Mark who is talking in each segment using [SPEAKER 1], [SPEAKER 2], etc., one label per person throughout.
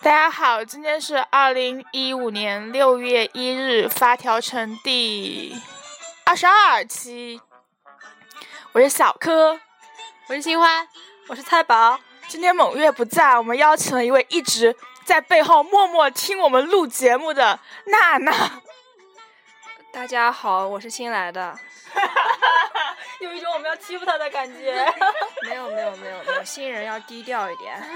[SPEAKER 1] 大家好，今天是二零一五年六月一日发条城第二十二期，我是小柯，
[SPEAKER 2] 我是新欢，我是菜宝。
[SPEAKER 1] 今天某月不在，我们邀请了一位一直在背后默默听我们录节目的娜娜。
[SPEAKER 2] 大家好，我是新来的。
[SPEAKER 3] 有一种我们要欺负他的感觉。
[SPEAKER 2] 没有没有没有没有，新人要低调一点。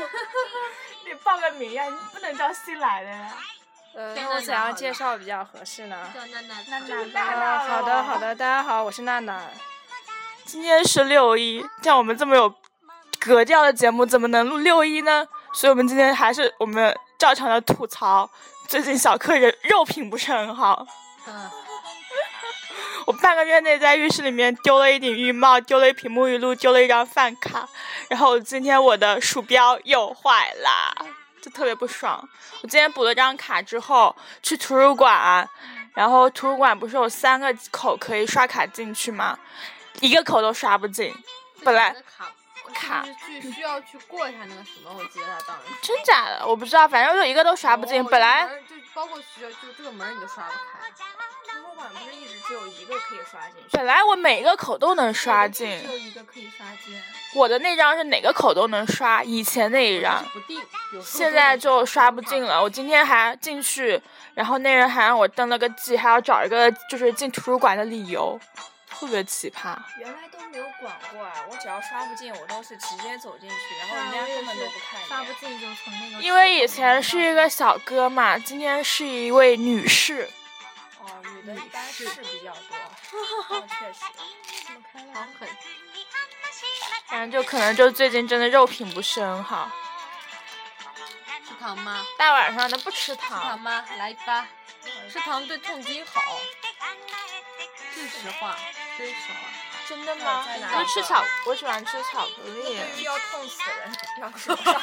[SPEAKER 1] 你报个名呀，你不能叫新来的呀。
[SPEAKER 2] 呃，
[SPEAKER 3] 娜
[SPEAKER 2] 用
[SPEAKER 3] 娜
[SPEAKER 2] 怎样
[SPEAKER 3] 好
[SPEAKER 2] 介
[SPEAKER 3] 了
[SPEAKER 2] 绍比较合适呢？
[SPEAKER 3] 叫娜娜，嗯
[SPEAKER 1] 娜娜娜娜
[SPEAKER 2] 啊，好
[SPEAKER 1] 了
[SPEAKER 2] 的好的，大家好，我是娜娜。
[SPEAKER 1] 今天是六一，像我们这么有格调的节目，怎么能录六一呢？所以我们今天还是我们照常的吐槽，最近小客人肉品不是很好。
[SPEAKER 3] 嗯，
[SPEAKER 1] 我半个月内在浴室里面丢了一顶浴帽，丢了一瓶沐浴露，丢了一张饭卡，然后今天我的鼠标又坏啦，就特别不爽。我今天补了张卡之后去图书馆，然后图书馆不是有三个口可以刷卡进去吗？一个口都刷不进，本来
[SPEAKER 3] 卡
[SPEAKER 1] 卡
[SPEAKER 3] 是去需要去过一下那个什么，我记得他当时
[SPEAKER 1] 真假的我不知道，反正就一个都刷不进。
[SPEAKER 3] 哦
[SPEAKER 1] 本来
[SPEAKER 3] 这个门儿就包括需要就这个门儿你都刷不开，
[SPEAKER 2] 图书馆不是一直只有一个可以刷进去？
[SPEAKER 1] 本来我每个口都能刷
[SPEAKER 3] 只
[SPEAKER 1] 进，
[SPEAKER 3] 有一个可以刷进，
[SPEAKER 1] 我的那张是哪个口都能刷，以前那一张
[SPEAKER 3] 就是。不定，有时候
[SPEAKER 1] 啊现在
[SPEAKER 3] 真的
[SPEAKER 1] 就是刷不进了。我今天还进去，然后那人还让我登了个记，还要找一个就是进图书馆的理由，特别奇葩。
[SPEAKER 2] 原来都没有管过啊，我只要刷不进，我都是直接走进去，然后
[SPEAKER 3] 啊
[SPEAKER 2] 人
[SPEAKER 3] 我
[SPEAKER 2] 家
[SPEAKER 3] 也
[SPEAKER 2] 根本都
[SPEAKER 3] 是
[SPEAKER 2] 不看
[SPEAKER 3] 刷
[SPEAKER 2] 一
[SPEAKER 3] 不
[SPEAKER 2] 眼。
[SPEAKER 3] 进就从那个
[SPEAKER 1] 因为以前是一个小哥嘛，今天是一位女士，
[SPEAKER 2] 哦，女的一般
[SPEAKER 3] 是
[SPEAKER 2] 是比较 多。哦， 确实。怎么开了？
[SPEAKER 3] 好狠，
[SPEAKER 1] 反正就可能就最近真的肉品不是很好，
[SPEAKER 3] 吃糖吗？
[SPEAKER 1] 大晚上的不吃
[SPEAKER 3] 吃糖
[SPEAKER 1] 糖。
[SPEAKER 3] 吗？来一发，吃糖对痛经好，这是实话，这是 实话。
[SPEAKER 1] 真的吗
[SPEAKER 2] 在？哪
[SPEAKER 1] 我就吃巧，我喜欢吃巧克力。
[SPEAKER 2] 是要痛死人，要 吃不上。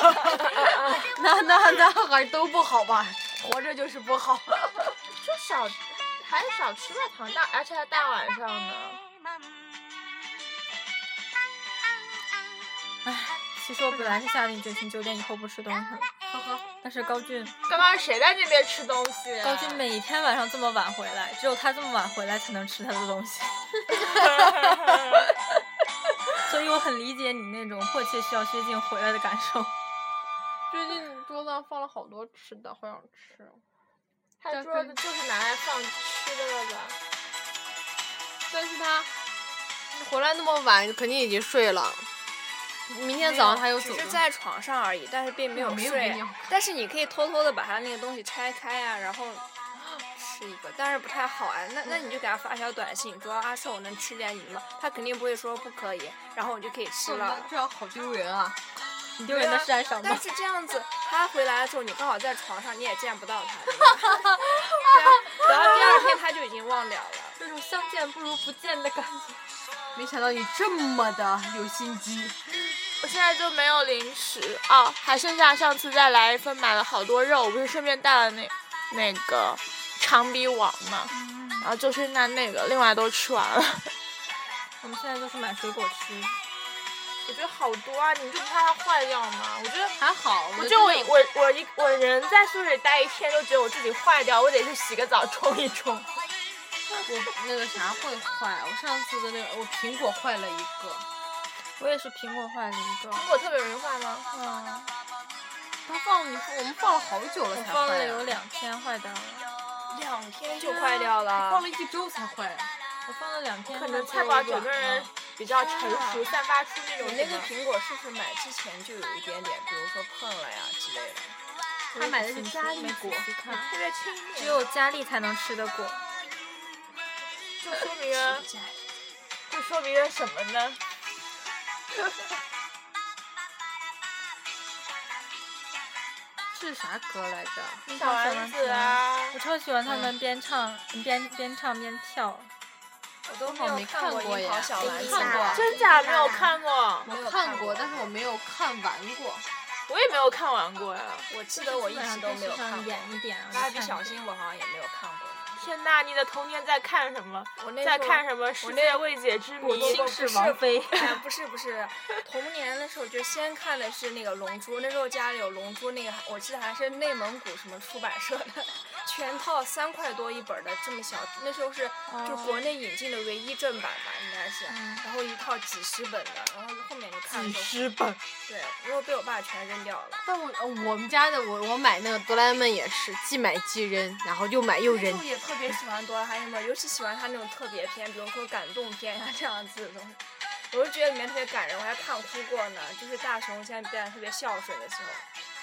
[SPEAKER 3] 那那那还都不好吧？活着就是不好。
[SPEAKER 1] 就少，还是少吃点糖，大而且还大晚上呢。
[SPEAKER 4] 其实我本来是下定决心九点以后不吃东西，
[SPEAKER 3] 呵呵，
[SPEAKER 4] 但是高俊，
[SPEAKER 1] 刚刚谁在那边吃东西、啊
[SPEAKER 4] 高俊 每天晚上这么晚回来，只有他这么晚回来才能吃他的东西， 所以我很理解你那种迫切需要薛静回来的感受。
[SPEAKER 3] 最近桌子上放了好多吃的，好想吃。哦
[SPEAKER 1] 他桌子就是拿来放吃的了吧？
[SPEAKER 3] 但是他回来那么晚，肯定已经睡了。明天早上他又走
[SPEAKER 2] 只
[SPEAKER 3] 了嗯
[SPEAKER 2] 是。在床上而已，但是并没有
[SPEAKER 3] 没有
[SPEAKER 2] 睡
[SPEAKER 3] 没有。
[SPEAKER 2] 但是你可以偷偷的把他那个东西拆开呀、然后吃一个，但是不太好啊。那那你就给他发条短信，说啊，说我能吃点你吗？他肯定不会说不可以，然后我就可以吃了。
[SPEAKER 3] 这样好丢人啊！
[SPEAKER 4] 你丢人的是爱上
[SPEAKER 2] 啊但
[SPEAKER 4] 吗？
[SPEAKER 2] 是这样子，他回来的时候你刚好在床上，你也见不到 他。对吧对啊，然后第二天他就已经忘掉了。
[SPEAKER 4] 这种相见不如不见的感觉。
[SPEAKER 3] 没想到你这么的有心机。
[SPEAKER 1] 我现在就没有零食哦，还剩下上次在莱芬买了好多肉，我不是顺便带了那那个长臂王嘛，然后就剩下那个，另外都吃完了。
[SPEAKER 4] 我们现在就是买水果吃，
[SPEAKER 1] 我觉得好多啊，你就不怕它坏掉吗？我觉得。
[SPEAKER 3] 还好，
[SPEAKER 1] 我
[SPEAKER 3] 觉
[SPEAKER 1] 就
[SPEAKER 3] 得
[SPEAKER 1] 我我我一我人在宿舍里待一天，都觉得我自己坏掉，我得去洗个澡冲一冲。
[SPEAKER 3] 我那个啥会坏，我上次的那个我苹果坏了一个，
[SPEAKER 4] 我也是苹果坏了一个，
[SPEAKER 1] 苹果特别容易坏吗？
[SPEAKER 4] 嗯，
[SPEAKER 3] 他放你我们放了好久了
[SPEAKER 4] 我
[SPEAKER 3] 才
[SPEAKER 4] 放
[SPEAKER 3] 坏
[SPEAKER 4] 了
[SPEAKER 3] 啊
[SPEAKER 4] 有两天坏掉了，
[SPEAKER 1] 两天
[SPEAKER 2] 就坏掉了
[SPEAKER 3] 放，了一周才坏。
[SPEAKER 4] 我放了两天，
[SPEAKER 1] 可能
[SPEAKER 4] 它
[SPEAKER 1] 菜
[SPEAKER 4] 就
[SPEAKER 1] 宝
[SPEAKER 4] 软
[SPEAKER 1] 整个
[SPEAKER 4] 了
[SPEAKER 1] 人比较成熟，散发出啊那种
[SPEAKER 2] 你
[SPEAKER 1] 什
[SPEAKER 2] 那个
[SPEAKER 1] 么
[SPEAKER 2] 苹果是不是买之前就有一点点，比如说碰了呀之类的？
[SPEAKER 3] 他买的是佳丽果，
[SPEAKER 1] 嗯特别轻蔑
[SPEAKER 4] 只有佳丽才能吃的果。
[SPEAKER 1] 就说明了，就说明了什么呢？
[SPEAKER 3] 是啥歌来着？
[SPEAKER 1] 小丸子啊
[SPEAKER 4] 我，超喜欢他们边唱、边边唱边跳，
[SPEAKER 2] 我都
[SPEAKER 3] 没有看过
[SPEAKER 2] 樱
[SPEAKER 3] 耶
[SPEAKER 2] 桃小丸子
[SPEAKER 3] 看过啊
[SPEAKER 1] 真假没有看过，
[SPEAKER 3] 我
[SPEAKER 2] 有
[SPEAKER 3] 看
[SPEAKER 2] 看
[SPEAKER 3] 过，
[SPEAKER 2] 过
[SPEAKER 3] 但是我没有看完过。
[SPEAKER 1] 我也没有看完过呀。
[SPEAKER 2] 我记得我一直都没有看过。
[SPEAKER 4] 演一点啊。
[SPEAKER 2] 蜡笔
[SPEAKER 4] 看
[SPEAKER 2] 小新我好像也没有看过。
[SPEAKER 1] 天呐，你的童年在看什么？
[SPEAKER 2] 我那时
[SPEAKER 1] 在
[SPEAKER 2] 候
[SPEAKER 1] 看什么世界未解之
[SPEAKER 2] 不
[SPEAKER 1] 谜？
[SPEAKER 2] 不不，
[SPEAKER 4] 视
[SPEAKER 2] 不是
[SPEAKER 4] 王妃
[SPEAKER 2] 哎，不是不是，童年的时候就先看的是那个《龙珠》，那时候家里有《龙珠》那个，我记得还是内蒙古什么出版社的，全套三块多一本儿的，这么小，那时候是
[SPEAKER 3] 哦
[SPEAKER 2] 就国内引进的唯一正版吧，应该是，然后一套几十本的，然后后面就看
[SPEAKER 3] 嗯几
[SPEAKER 2] 的时候
[SPEAKER 3] 十本。
[SPEAKER 2] 对，然后被我爸全扔掉了。
[SPEAKER 3] 但我呃我们家的我我买那个哆啦 A 梦也是，既买既扔，然后又买又
[SPEAKER 2] 那时
[SPEAKER 3] 扔
[SPEAKER 2] 候。也特别喜欢哆啦 A 梦，尤其喜欢他那种特别篇，比如说感动篇呀、这样子的东西。我就觉得里面特别感人，我还看哭过呢。就是大雄现在变得特别孝顺的时候，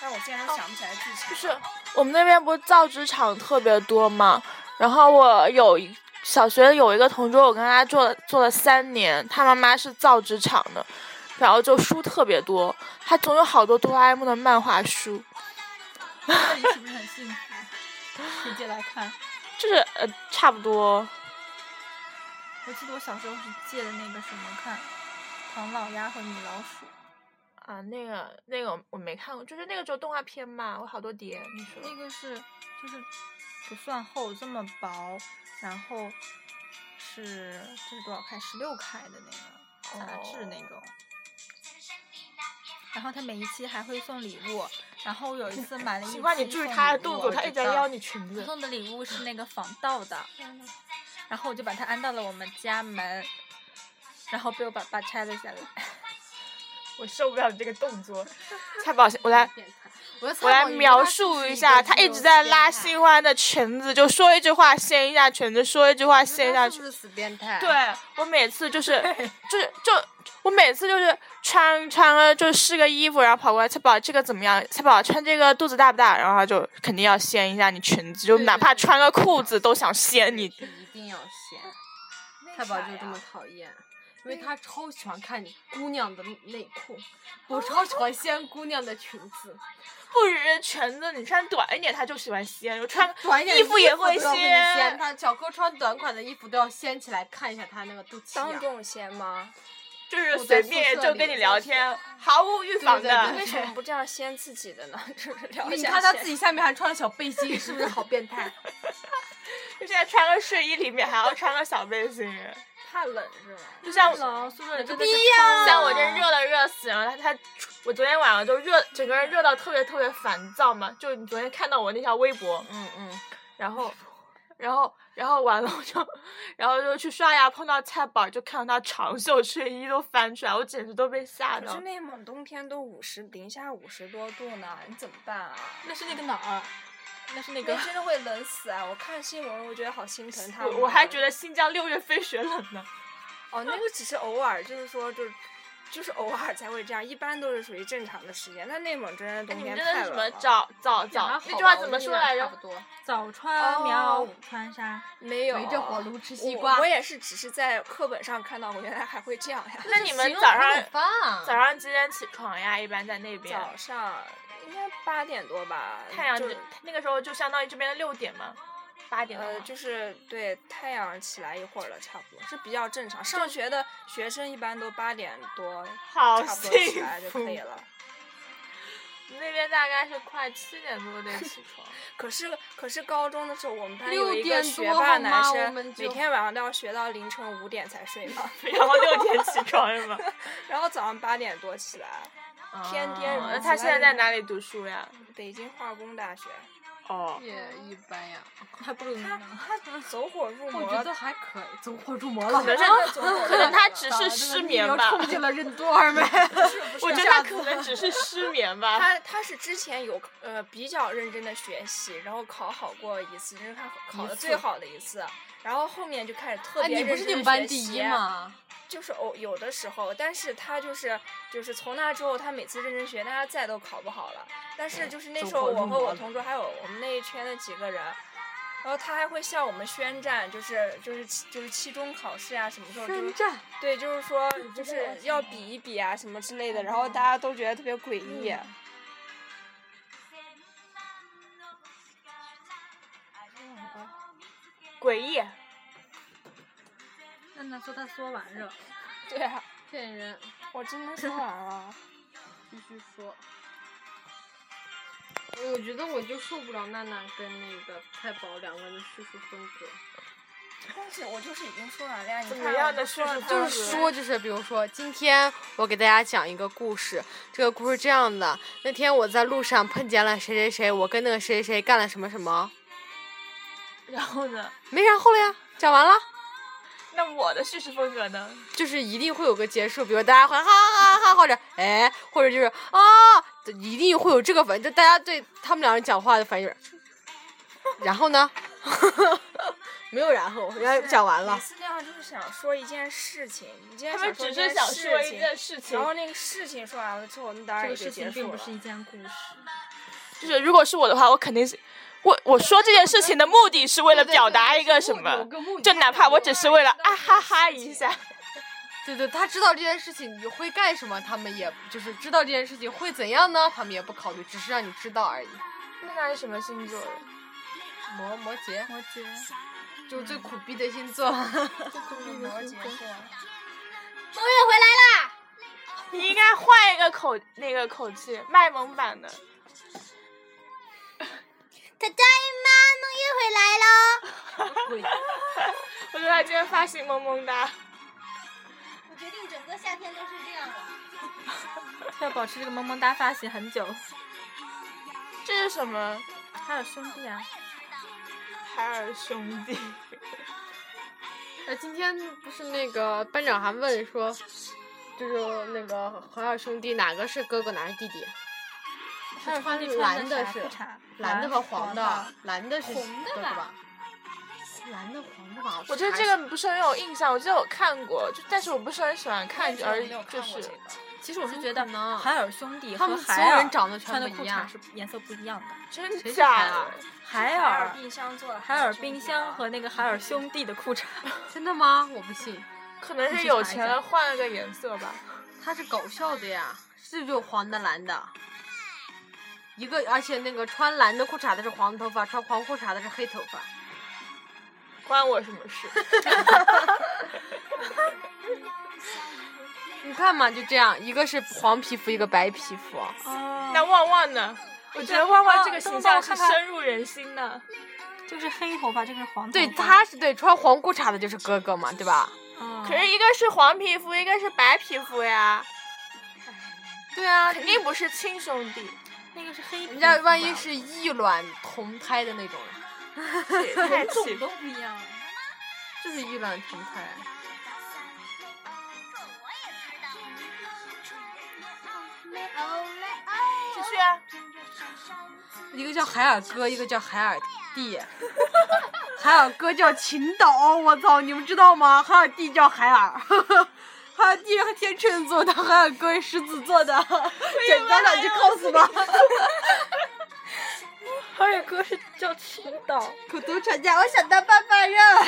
[SPEAKER 2] 但我现在都想不起来剧情。
[SPEAKER 1] 就是我们那边不是造纸厂特别多嘛，然后我有一小学有一个同桌，我跟他做做了三年，他妈妈是造纸厂的，然后就书特别多，他总有好多哆啦 A 梦的漫画书，
[SPEAKER 4] 那你是不是很幸福？直接来看，
[SPEAKER 1] 就是呃差不多，
[SPEAKER 4] 我记得我小时候是借的那个什么看，《唐老鸭和米老鼠》。
[SPEAKER 1] 啊，那个那个我没看过，就是那个时候动画片嘛，我好多碟，你说
[SPEAKER 4] 那个是就是不算厚，这么薄，然后是这是多少开？十六开的那个杂志
[SPEAKER 2] 哦
[SPEAKER 4] 那种。然后他每一期还会送礼物，然后我有一次买了一
[SPEAKER 1] 奇怪，你
[SPEAKER 4] 期
[SPEAKER 1] 注意
[SPEAKER 4] 送
[SPEAKER 1] 他的
[SPEAKER 4] 礼
[SPEAKER 1] 动
[SPEAKER 4] 物
[SPEAKER 1] 作，
[SPEAKER 4] 我
[SPEAKER 1] 他
[SPEAKER 4] 知
[SPEAKER 1] 一直在
[SPEAKER 4] 道
[SPEAKER 1] 撩你裙
[SPEAKER 4] 我
[SPEAKER 1] 子。
[SPEAKER 4] 送的礼物是那个防盗的，然后我就把它安到了我们家门，然后被我爸爸拆了 下来。
[SPEAKER 1] 我受不了你这个动作。蔡宝，我来，
[SPEAKER 3] 变态我
[SPEAKER 1] 我来描述一下，他一直在拉新
[SPEAKER 3] 新，
[SPEAKER 1] 欢的裙子，就说一句话掀一下裙子，说一句话掀一下
[SPEAKER 3] 他是
[SPEAKER 1] 裙
[SPEAKER 3] 不
[SPEAKER 1] 子。
[SPEAKER 3] 是死啊变态？
[SPEAKER 1] 对，我每次就是，就是就我每次就是穿穿了就试个衣服，然后跑过来，蔡宝这个怎么样？蔡宝穿这个肚子大不大？然后他就肯定要掀一下你裙子，就
[SPEAKER 3] 对
[SPEAKER 1] 哪
[SPEAKER 3] 对
[SPEAKER 1] 怕
[SPEAKER 3] 对
[SPEAKER 1] 穿个裤子都想掀你。
[SPEAKER 3] 是一定要掀。
[SPEAKER 2] 那
[SPEAKER 3] 太宝
[SPEAKER 2] 啥
[SPEAKER 3] 就这
[SPEAKER 2] 呀
[SPEAKER 3] 么讨厌，因为他超喜欢看姑娘的内裤，我超喜欢掀姑娘的裙 子，
[SPEAKER 1] 不只是裙子，你穿短一点他就喜欢掀，我穿
[SPEAKER 3] 短一点
[SPEAKER 1] 衣
[SPEAKER 3] 衣
[SPEAKER 1] 服也会
[SPEAKER 3] 都要给你
[SPEAKER 1] 掀
[SPEAKER 3] 掀。他小哥穿短款的衣服都要掀起来看一下他那个肚脐
[SPEAKER 2] 当
[SPEAKER 3] 眼。
[SPEAKER 2] 众掀 吗？
[SPEAKER 1] 就是
[SPEAKER 3] 我
[SPEAKER 1] 随
[SPEAKER 3] 在
[SPEAKER 1] 便
[SPEAKER 3] 宿舍
[SPEAKER 1] 就
[SPEAKER 3] 里
[SPEAKER 1] 跟你
[SPEAKER 3] 就
[SPEAKER 1] 聊
[SPEAKER 3] 是
[SPEAKER 1] 天，毫无预防
[SPEAKER 3] 对对
[SPEAKER 1] 的
[SPEAKER 3] 对。
[SPEAKER 2] 为什么不这样掀自己的呢？ 就是聊一
[SPEAKER 3] 你
[SPEAKER 2] 下
[SPEAKER 3] 看他
[SPEAKER 2] 掀
[SPEAKER 3] 自己下面还穿了小背心，是不是好变 态？
[SPEAKER 1] 就 现在穿个睡衣，里面还要穿个小背 心，
[SPEAKER 2] 怕冷是吗？
[SPEAKER 1] 就像
[SPEAKER 2] 冷，宿舍
[SPEAKER 4] 真的
[SPEAKER 3] 逼
[SPEAKER 4] 是
[SPEAKER 3] 呀
[SPEAKER 1] 像我这热的热死，然后他他，我昨天晚上就热，整个人热到特别特别烦躁嘛。就你昨天看到我那条微博，
[SPEAKER 3] 嗯嗯，
[SPEAKER 1] 然后，然后，然后完了我就，然后就去刷牙，碰到菜宝，就看到他长袖睡衣都翻出来，我简直都被吓
[SPEAKER 2] 可
[SPEAKER 1] 到
[SPEAKER 2] 是。内蒙冬天都五十零下五十多度呢，你怎么办啊？
[SPEAKER 4] 那是那个哪儿？那是那
[SPEAKER 2] 那
[SPEAKER 4] 个
[SPEAKER 2] 真的会冷死啊！我看新闻，我觉得好心疼他
[SPEAKER 1] 我
[SPEAKER 2] 们啊。
[SPEAKER 1] 我还觉得新疆六月非雪冷呢。
[SPEAKER 2] 哦，那个只是偶尔，就是说，就是就是偶尔才会这样，一般都是属于正常的时间。那内蒙真的
[SPEAKER 1] 哎
[SPEAKER 2] 冬
[SPEAKER 1] 你们
[SPEAKER 2] 天
[SPEAKER 1] 真的
[SPEAKER 2] 太
[SPEAKER 1] 是
[SPEAKER 2] 冷
[SPEAKER 1] 什么
[SPEAKER 2] 了。
[SPEAKER 1] 早早早
[SPEAKER 3] 还好
[SPEAKER 1] 那句
[SPEAKER 3] 吧
[SPEAKER 1] 话怎么说来着？？
[SPEAKER 3] 我跟你俩差不多
[SPEAKER 4] 早穿
[SPEAKER 2] 哦
[SPEAKER 4] 苗，午穿纱。
[SPEAKER 2] 没有
[SPEAKER 3] 围着火炉吃西瓜
[SPEAKER 2] 我。我也是，只是在课本上看到过，原来还会这样呀。
[SPEAKER 1] 那你们
[SPEAKER 3] 形容
[SPEAKER 1] 早
[SPEAKER 3] 口
[SPEAKER 1] 上
[SPEAKER 3] 口饭
[SPEAKER 1] 早上几点起床呀？一般在那边。
[SPEAKER 2] 早上应该八点多吧，
[SPEAKER 1] 太阳
[SPEAKER 2] 就
[SPEAKER 1] 嗯就那个时候就相当于这边的六点嘛，八点了
[SPEAKER 2] 呃
[SPEAKER 1] 嘛。
[SPEAKER 2] 就是对太阳起来一会儿了，差不多是比较正常。上学的学生一般都八点多，
[SPEAKER 1] 好
[SPEAKER 2] 差不多起
[SPEAKER 1] 幸
[SPEAKER 2] 来就
[SPEAKER 1] 福
[SPEAKER 2] 可以了。
[SPEAKER 1] 那边大概是快七点多得起 床。
[SPEAKER 2] 可是可是高中的时候，我们班有
[SPEAKER 3] 六
[SPEAKER 2] 一个
[SPEAKER 3] 点
[SPEAKER 2] 学
[SPEAKER 3] 多
[SPEAKER 2] 霸
[SPEAKER 3] 好
[SPEAKER 2] 男
[SPEAKER 3] 吗我
[SPEAKER 2] 生，
[SPEAKER 3] 们
[SPEAKER 2] 每
[SPEAKER 3] 就
[SPEAKER 2] 天晚上都要学到凌晨五点才睡嘛，
[SPEAKER 1] 然后六点起床是 吗？
[SPEAKER 2] 然后早上八点多起来。天天如
[SPEAKER 1] 哦那
[SPEAKER 2] 此
[SPEAKER 1] 他现在在哪里读书呀？
[SPEAKER 2] 北京化工大学，
[SPEAKER 1] 哦，
[SPEAKER 3] 也一般 呀，
[SPEAKER 4] 还不如你
[SPEAKER 2] 他
[SPEAKER 4] 呢。
[SPEAKER 2] 他走火入
[SPEAKER 3] 嗯我
[SPEAKER 2] 魔
[SPEAKER 3] 觉
[SPEAKER 2] 了，
[SPEAKER 3] 得还可以，走火入魔了。
[SPEAKER 1] 可能是
[SPEAKER 2] 他走火入魔 了，
[SPEAKER 1] 可能他只是失眠吧
[SPEAKER 3] 冲进了任督 二脉。
[SPEAKER 1] 我觉得他可能只 是失眠
[SPEAKER 3] 啊
[SPEAKER 1] 吧。
[SPEAKER 2] 他他是之前有呃比较认真的学习，然后考好过一次，这是他考的
[SPEAKER 3] 一次
[SPEAKER 2] 最好的一次。然后后面就开始特
[SPEAKER 3] 哎，
[SPEAKER 2] 别
[SPEAKER 3] 你
[SPEAKER 2] 认
[SPEAKER 3] 不
[SPEAKER 2] 真地
[SPEAKER 3] 是
[SPEAKER 2] 学习。啊
[SPEAKER 3] 你们班第一吗？
[SPEAKER 2] 就是偶有的时候，但是他就是就是从那之后，他每次认真学，但他再都考不好了。但是就是那时
[SPEAKER 3] 走火
[SPEAKER 2] 候，
[SPEAKER 3] 入
[SPEAKER 2] 我和
[SPEAKER 3] 魔
[SPEAKER 2] 我
[SPEAKER 3] 了
[SPEAKER 2] 同桌还有我们那一圈的几个人，然后他还会向我们宣战，就是就是期就是期中考试啊什么时候就是
[SPEAKER 3] 战。
[SPEAKER 2] 对，就是说就是要比一比啊什么之类
[SPEAKER 3] 嗯
[SPEAKER 2] 的，然后大家都觉得特别诡异。
[SPEAKER 1] 诡异，
[SPEAKER 4] 那那说他说完热，
[SPEAKER 2] 对啊，
[SPEAKER 3] 骗人，
[SPEAKER 2] 我真的说完了。
[SPEAKER 3] 必须说。我觉得我就受不了娜娜跟那个太保两个人的叙述风格，
[SPEAKER 2] 但是我就是已经说了呀，你
[SPEAKER 1] 怎
[SPEAKER 2] 看
[SPEAKER 1] 么样
[SPEAKER 2] 我
[SPEAKER 1] 的
[SPEAKER 2] 说了
[SPEAKER 1] 叙述
[SPEAKER 2] 他
[SPEAKER 3] 就
[SPEAKER 1] 风
[SPEAKER 2] 们
[SPEAKER 3] 是说，就是比如说，今天我给大家讲一个故事，这个故事这样的：那天我在路上碰见了谁谁谁，我跟那个谁谁谁干了什么什么，
[SPEAKER 1] 然后呢？
[SPEAKER 3] 没然后了呀，讲完了，
[SPEAKER 1] 那我的叙事风格呢？
[SPEAKER 3] 就是一定会有个结束，比如大家会哈哈哈哈，或者哎，或者就是啊，一定会有这个反应，就大家对他们两人讲话的反应就是，然后呢， 没有然后，人家讲完了
[SPEAKER 2] 每。次那样就是想说一件事情，你今天
[SPEAKER 1] 他们
[SPEAKER 2] 说
[SPEAKER 1] 只
[SPEAKER 2] 一
[SPEAKER 1] 是
[SPEAKER 2] 件
[SPEAKER 1] 想
[SPEAKER 2] 事
[SPEAKER 1] 说一
[SPEAKER 2] 情
[SPEAKER 1] 件事情
[SPEAKER 2] 然，后那个事情说完了之后，那当然
[SPEAKER 4] 这
[SPEAKER 2] 也
[SPEAKER 4] 个
[SPEAKER 2] 就
[SPEAKER 4] 事
[SPEAKER 2] 结
[SPEAKER 4] 情
[SPEAKER 2] 束
[SPEAKER 4] 并不
[SPEAKER 2] 了。
[SPEAKER 4] 是一件故事。
[SPEAKER 1] 就是如果是我的话，我肯定是，我我说这件事情的目的是为了
[SPEAKER 3] 对对
[SPEAKER 1] 表
[SPEAKER 3] 对
[SPEAKER 1] 达
[SPEAKER 3] 对
[SPEAKER 1] 一个
[SPEAKER 3] 是
[SPEAKER 1] 什
[SPEAKER 3] 目有
[SPEAKER 1] 么，
[SPEAKER 3] 个目的
[SPEAKER 1] 就哪怕我只是为了
[SPEAKER 2] 知道
[SPEAKER 1] 啊哈哈
[SPEAKER 2] 这件
[SPEAKER 1] 一
[SPEAKER 2] 事
[SPEAKER 1] 下，
[SPEAKER 3] 对对，他知道这件事情你会干什么，他们也就是知道这件事情会怎样呢，他们也不考虑，只是让你知道而已。
[SPEAKER 1] 那他是什么星座的？
[SPEAKER 3] 摩摩羯
[SPEAKER 4] 摩羯，
[SPEAKER 3] 就是最苦逼的星座，
[SPEAKER 2] 摩羯座，
[SPEAKER 1] 你应该换一个口那个口气，卖萌版的。
[SPEAKER 5] 可大姨妈，梦月回来喽！
[SPEAKER 1] 我觉得他今天发型萌萌哒。
[SPEAKER 5] 我决定整个夏天都是这样了。
[SPEAKER 4] 要保持这个萌萌哒发型很 久。
[SPEAKER 1] 这是什么？
[SPEAKER 4] 还有兄弟啊，
[SPEAKER 1] 海尔兄弟。
[SPEAKER 3] 呃，今天不是那个班长还问说，就是那个好像兄弟哪个是哥哥，哪是弟弟？
[SPEAKER 4] 还有兄弟
[SPEAKER 3] 蓝
[SPEAKER 4] 穿
[SPEAKER 3] 的
[SPEAKER 4] 啥
[SPEAKER 3] 是
[SPEAKER 4] 裤衩，
[SPEAKER 3] 蓝的和黄的
[SPEAKER 4] 的，，
[SPEAKER 3] 蓝的是
[SPEAKER 5] 红的
[SPEAKER 3] 哥哥
[SPEAKER 5] 吧
[SPEAKER 3] 吧？蓝的黄的吧？
[SPEAKER 1] 我对这个不是很有印象，我记得我看过，就但是我不是很喜欢看，而
[SPEAKER 2] 没有
[SPEAKER 1] 就
[SPEAKER 2] 看过
[SPEAKER 1] 是
[SPEAKER 2] 这个。
[SPEAKER 4] 其实我是
[SPEAKER 3] 么
[SPEAKER 4] 觉得
[SPEAKER 3] 可能
[SPEAKER 4] 海尔兄弟
[SPEAKER 3] 他
[SPEAKER 4] 和
[SPEAKER 3] 们所
[SPEAKER 4] 海
[SPEAKER 3] 有
[SPEAKER 4] 尔
[SPEAKER 3] 人长得全
[SPEAKER 4] 穿的
[SPEAKER 3] 不一
[SPEAKER 4] 裤
[SPEAKER 3] 样
[SPEAKER 4] 衩是颜色不一样的。
[SPEAKER 1] 真
[SPEAKER 3] 谁是海
[SPEAKER 1] 假
[SPEAKER 3] 尔
[SPEAKER 1] 的？
[SPEAKER 4] 海
[SPEAKER 2] 海尔
[SPEAKER 4] 尔，
[SPEAKER 2] 冰箱做的，
[SPEAKER 4] 海尔冰箱和那个海尔兄弟的裤衩，
[SPEAKER 3] 真的吗？我不信，
[SPEAKER 1] 可能
[SPEAKER 4] 你
[SPEAKER 1] 是
[SPEAKER 4] 去
[SPEAKER 1] 有
[SPEAKER 4] 查一
[SPEAKER 1] 钱
[SPEAKER 4] 下
[SPEAKER 1] 了换了个颜色吧。
[SPEAKER 3] 他是搞笑的呀，是有黄的蓝的。一个，而且那个穿蓝的裤衩的是黄头发，穿黄裤衩的是黑头发。
[SPEAKER 1] 关我什么 事？
[SPEAKER 3] 你看嘛，就这样，一个是黄皮肤，一个白皮肤。
[SPEAKER 2] 哦
[SPEAKER 1] 那旺旺呢？我觉得旺旺这个形象是
[SPEAKER 4] 等等我看看
[SPEAKER 1] 深入人心的。
[SPEAKER 4] 这个是黑头发，这个是黄头发。
[SPEAKER 3] 对，他是对穿黄裤衩的就是哥哥嘛，对吧？
[SPEAKER 4] 嗯，
[SPEAKER 2] 哦
[SPEAKER 1] 可是一个是黄皮肤，一个是白皮肤呀，
[SPEAKER 3] 对啊，
[SPEAKER 1] 肯定不是亲兄弟。
[SPEAKER 4] 那个是黑皮肤吧，
[SPEAKER 3] 人家万一是异卵同胎的那种，
[SPEAKER 1] 也太气愤了
[SPEAKER 4] 不一样。
[SPEAKER 3] 就是异卵同胎。
[SPEAKER 1] 继续啊，
[SPEAKER 3] 一个叫海尔哥，一个叫海尔弟。海尔哥叫秦岛，我操，你们知道吗？海尔弟叫海尔，海尔弟是天秤座的，海尔哥是狮子座的，简单两句 cos 吧。
[SPEAKER 4] 海尔哥是叫青岛，
[SPEAKER 3] 口头禅家，我想当爸爸呀。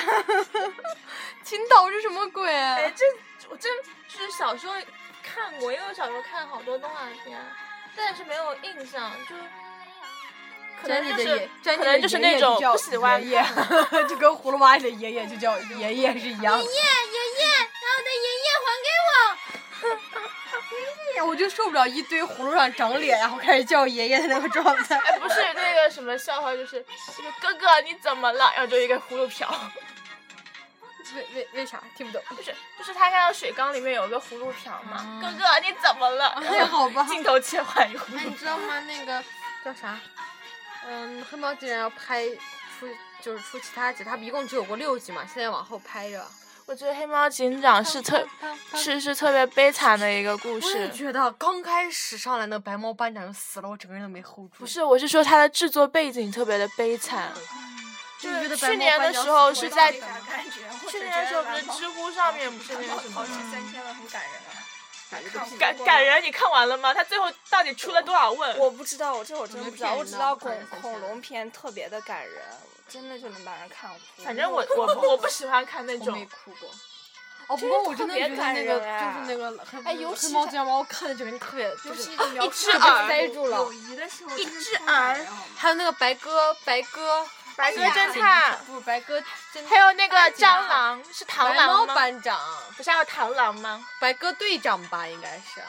[SPEAKER 3] 秦岛是什么鬼？啊
[SPEAKER 1] 哎，这我真是小时候看过，因为我小时候看好多动画片，但是没有印象，就可能
[SPEAKER 3] 詹妮
[SPEAKER 1] 就
[SPEAKER 3] 的
[SPEAKER 1] 是
[SPEAKER 3] 爷，詹妮
[SPEAKER 1] 可
[SPEAKER 3] 的
[SPEAKER 1] 能就是
[SPEAKER 3] 爷
[SPEAKER 1] 那
[SPEAKER 3] 爷就
[SPEAKER 1] 种
[SPEAKER 3] 叫
[SPEAKER 1] 不喜欢
[SPEAKER 3] 爷爷， 就跟葫芦娃里的爷爷就叫爷爷是一样的。
[SPEAKER 5] 爷爷，把我的爷爷还给我！
[SPEAKER 3] 我就受不了一堆葫芦上长脸，然后开始叫爷爷的那个状态。
[SPEAKER 1] 哎，不是那个什么笑话，就是就是哥哥你怎么了？然后就一个葫芦瓢，
[SPEAKER 3] 为为为啥听不懂？
[SPEAKER 1] 就是就是他看到水缸里面有个葫芦瓢嘛，哥哥你怎么了？
[SPEAKER 3] 哎，好吧。
[SPEAKER 1] 镜头切换一个葫
[SPEAKER 3] 哎，
[SPEAKER 1] 芦
[SPEAKER 3] 你知道吗？那个叫啥？嗯，黑猫警长要拍出就是出其他集，他一共只有过六集嘛，现在往后拍着。
[SPEAKER 1] 我觉得黑猫警长是特是是特别悲惨的一个故
[SPEAKER 3] 我也
[SPEAKER 1] 事。
[SPEAKER 3] 觉得刚开始上来那白猫班长就死了，我整个人都没 hold 住。
[SPEAKER 1] 不，是，我是说它的制作背景特别的悲惨。
[SPEAKER 3] 就
[SPEAKER 1] 就是
[SPEAKER 3] 觉得
[SPEAKER 1] 去
[SPEAKER 3] 白猫
[SPEAKER 1] 年的
[SPEAKER 3] 班长
[SPEAKER 1] 时候
[SPEAKER 3] 死
[SPEAKER 1] 是
[SPEAKER 3] 了
[SPEAKER 1] 在
[SPEAKER 2] 啥感觉？我
[SPEAKER 1] 去
[SPEAKER 2] 只
[SPEAKER 1] 年的
[SPEAKER 2] 觉
[SPEAKER 1] 时候
[SPEAKER 2] 得
[SPEAKER 1] 不是
[SPEAKER 2] 蓝猫
[SPEAKER 1] 知乎上面不是那个什
[SPEAKER 2] 淘
[SPEAKER 1] 么
[SPEAKER 2] 气三千了，很感人啊！
[SPEAKER 1] 感感人？你看完了吗？他最后到底出了多少问？
[SPEAKER 2] 我不知道，我这我真不知道，
[SPEAKER 3] 我
[SPEAKER 2] 我
[SPEAKER 3] 们骗人的
[SPEAKER 2] 只知道
[SPEAKER 3] 不可能三千
[SPEAKER 2] 恐恐龙片特别的感人，真的就能把人看哭。
[SPEAKER 1] 反正我我不我不喜欢看那
[SPEAKER 3] 我没
[SPEAKER 1] 种，
[SPEAKER 3] 哭过。哦，不过我真的觉得那个
[SPEAKER 2] 真的特别感
[SPEAKER 3] 就是那
[SPEAKER 2] 人
[SPEAKER 3] 个黑
[SPEAKER 2] 哎尤其
[SPEAKER 3] 黑猫
[SPEAKER 2] 他
[SPEAKER 3] 警长把我看的整个人特别，
[SPEAKER 2] 尤
[SPEAKER 3] 就是啊
[SPEAKER 2] 其是描述
[SPEAKER 1] 只耳
[SPEAKER 3] 塞住了
[SPEAKER 2] 友谊的时候，
[SPEAKER 1] 一
[SPEAKER 2] 真的
[SPEAKER 1] 只
[SPEAKER 2] 超感人
[SPEAKER 1] 耳
[SPEAKER 2] 好吗
[SPEAKER 3] 还有那个白鸽，白鸽，
[SPEAKER 1] 白鸽侦探，
[SPEAKER 3] 不，白鸽侦，啊
[SPEAKER 1] 还有那个蟑螂是螳
[SPEAKER 3] 白猫
[SPEAKER 1] 螂吗？
[SPEAKER 3] 班长，
[SPEAKER 1] 不是还有螳螂吗？
[SPEAKER 3] 白鸽队长吧，应该是。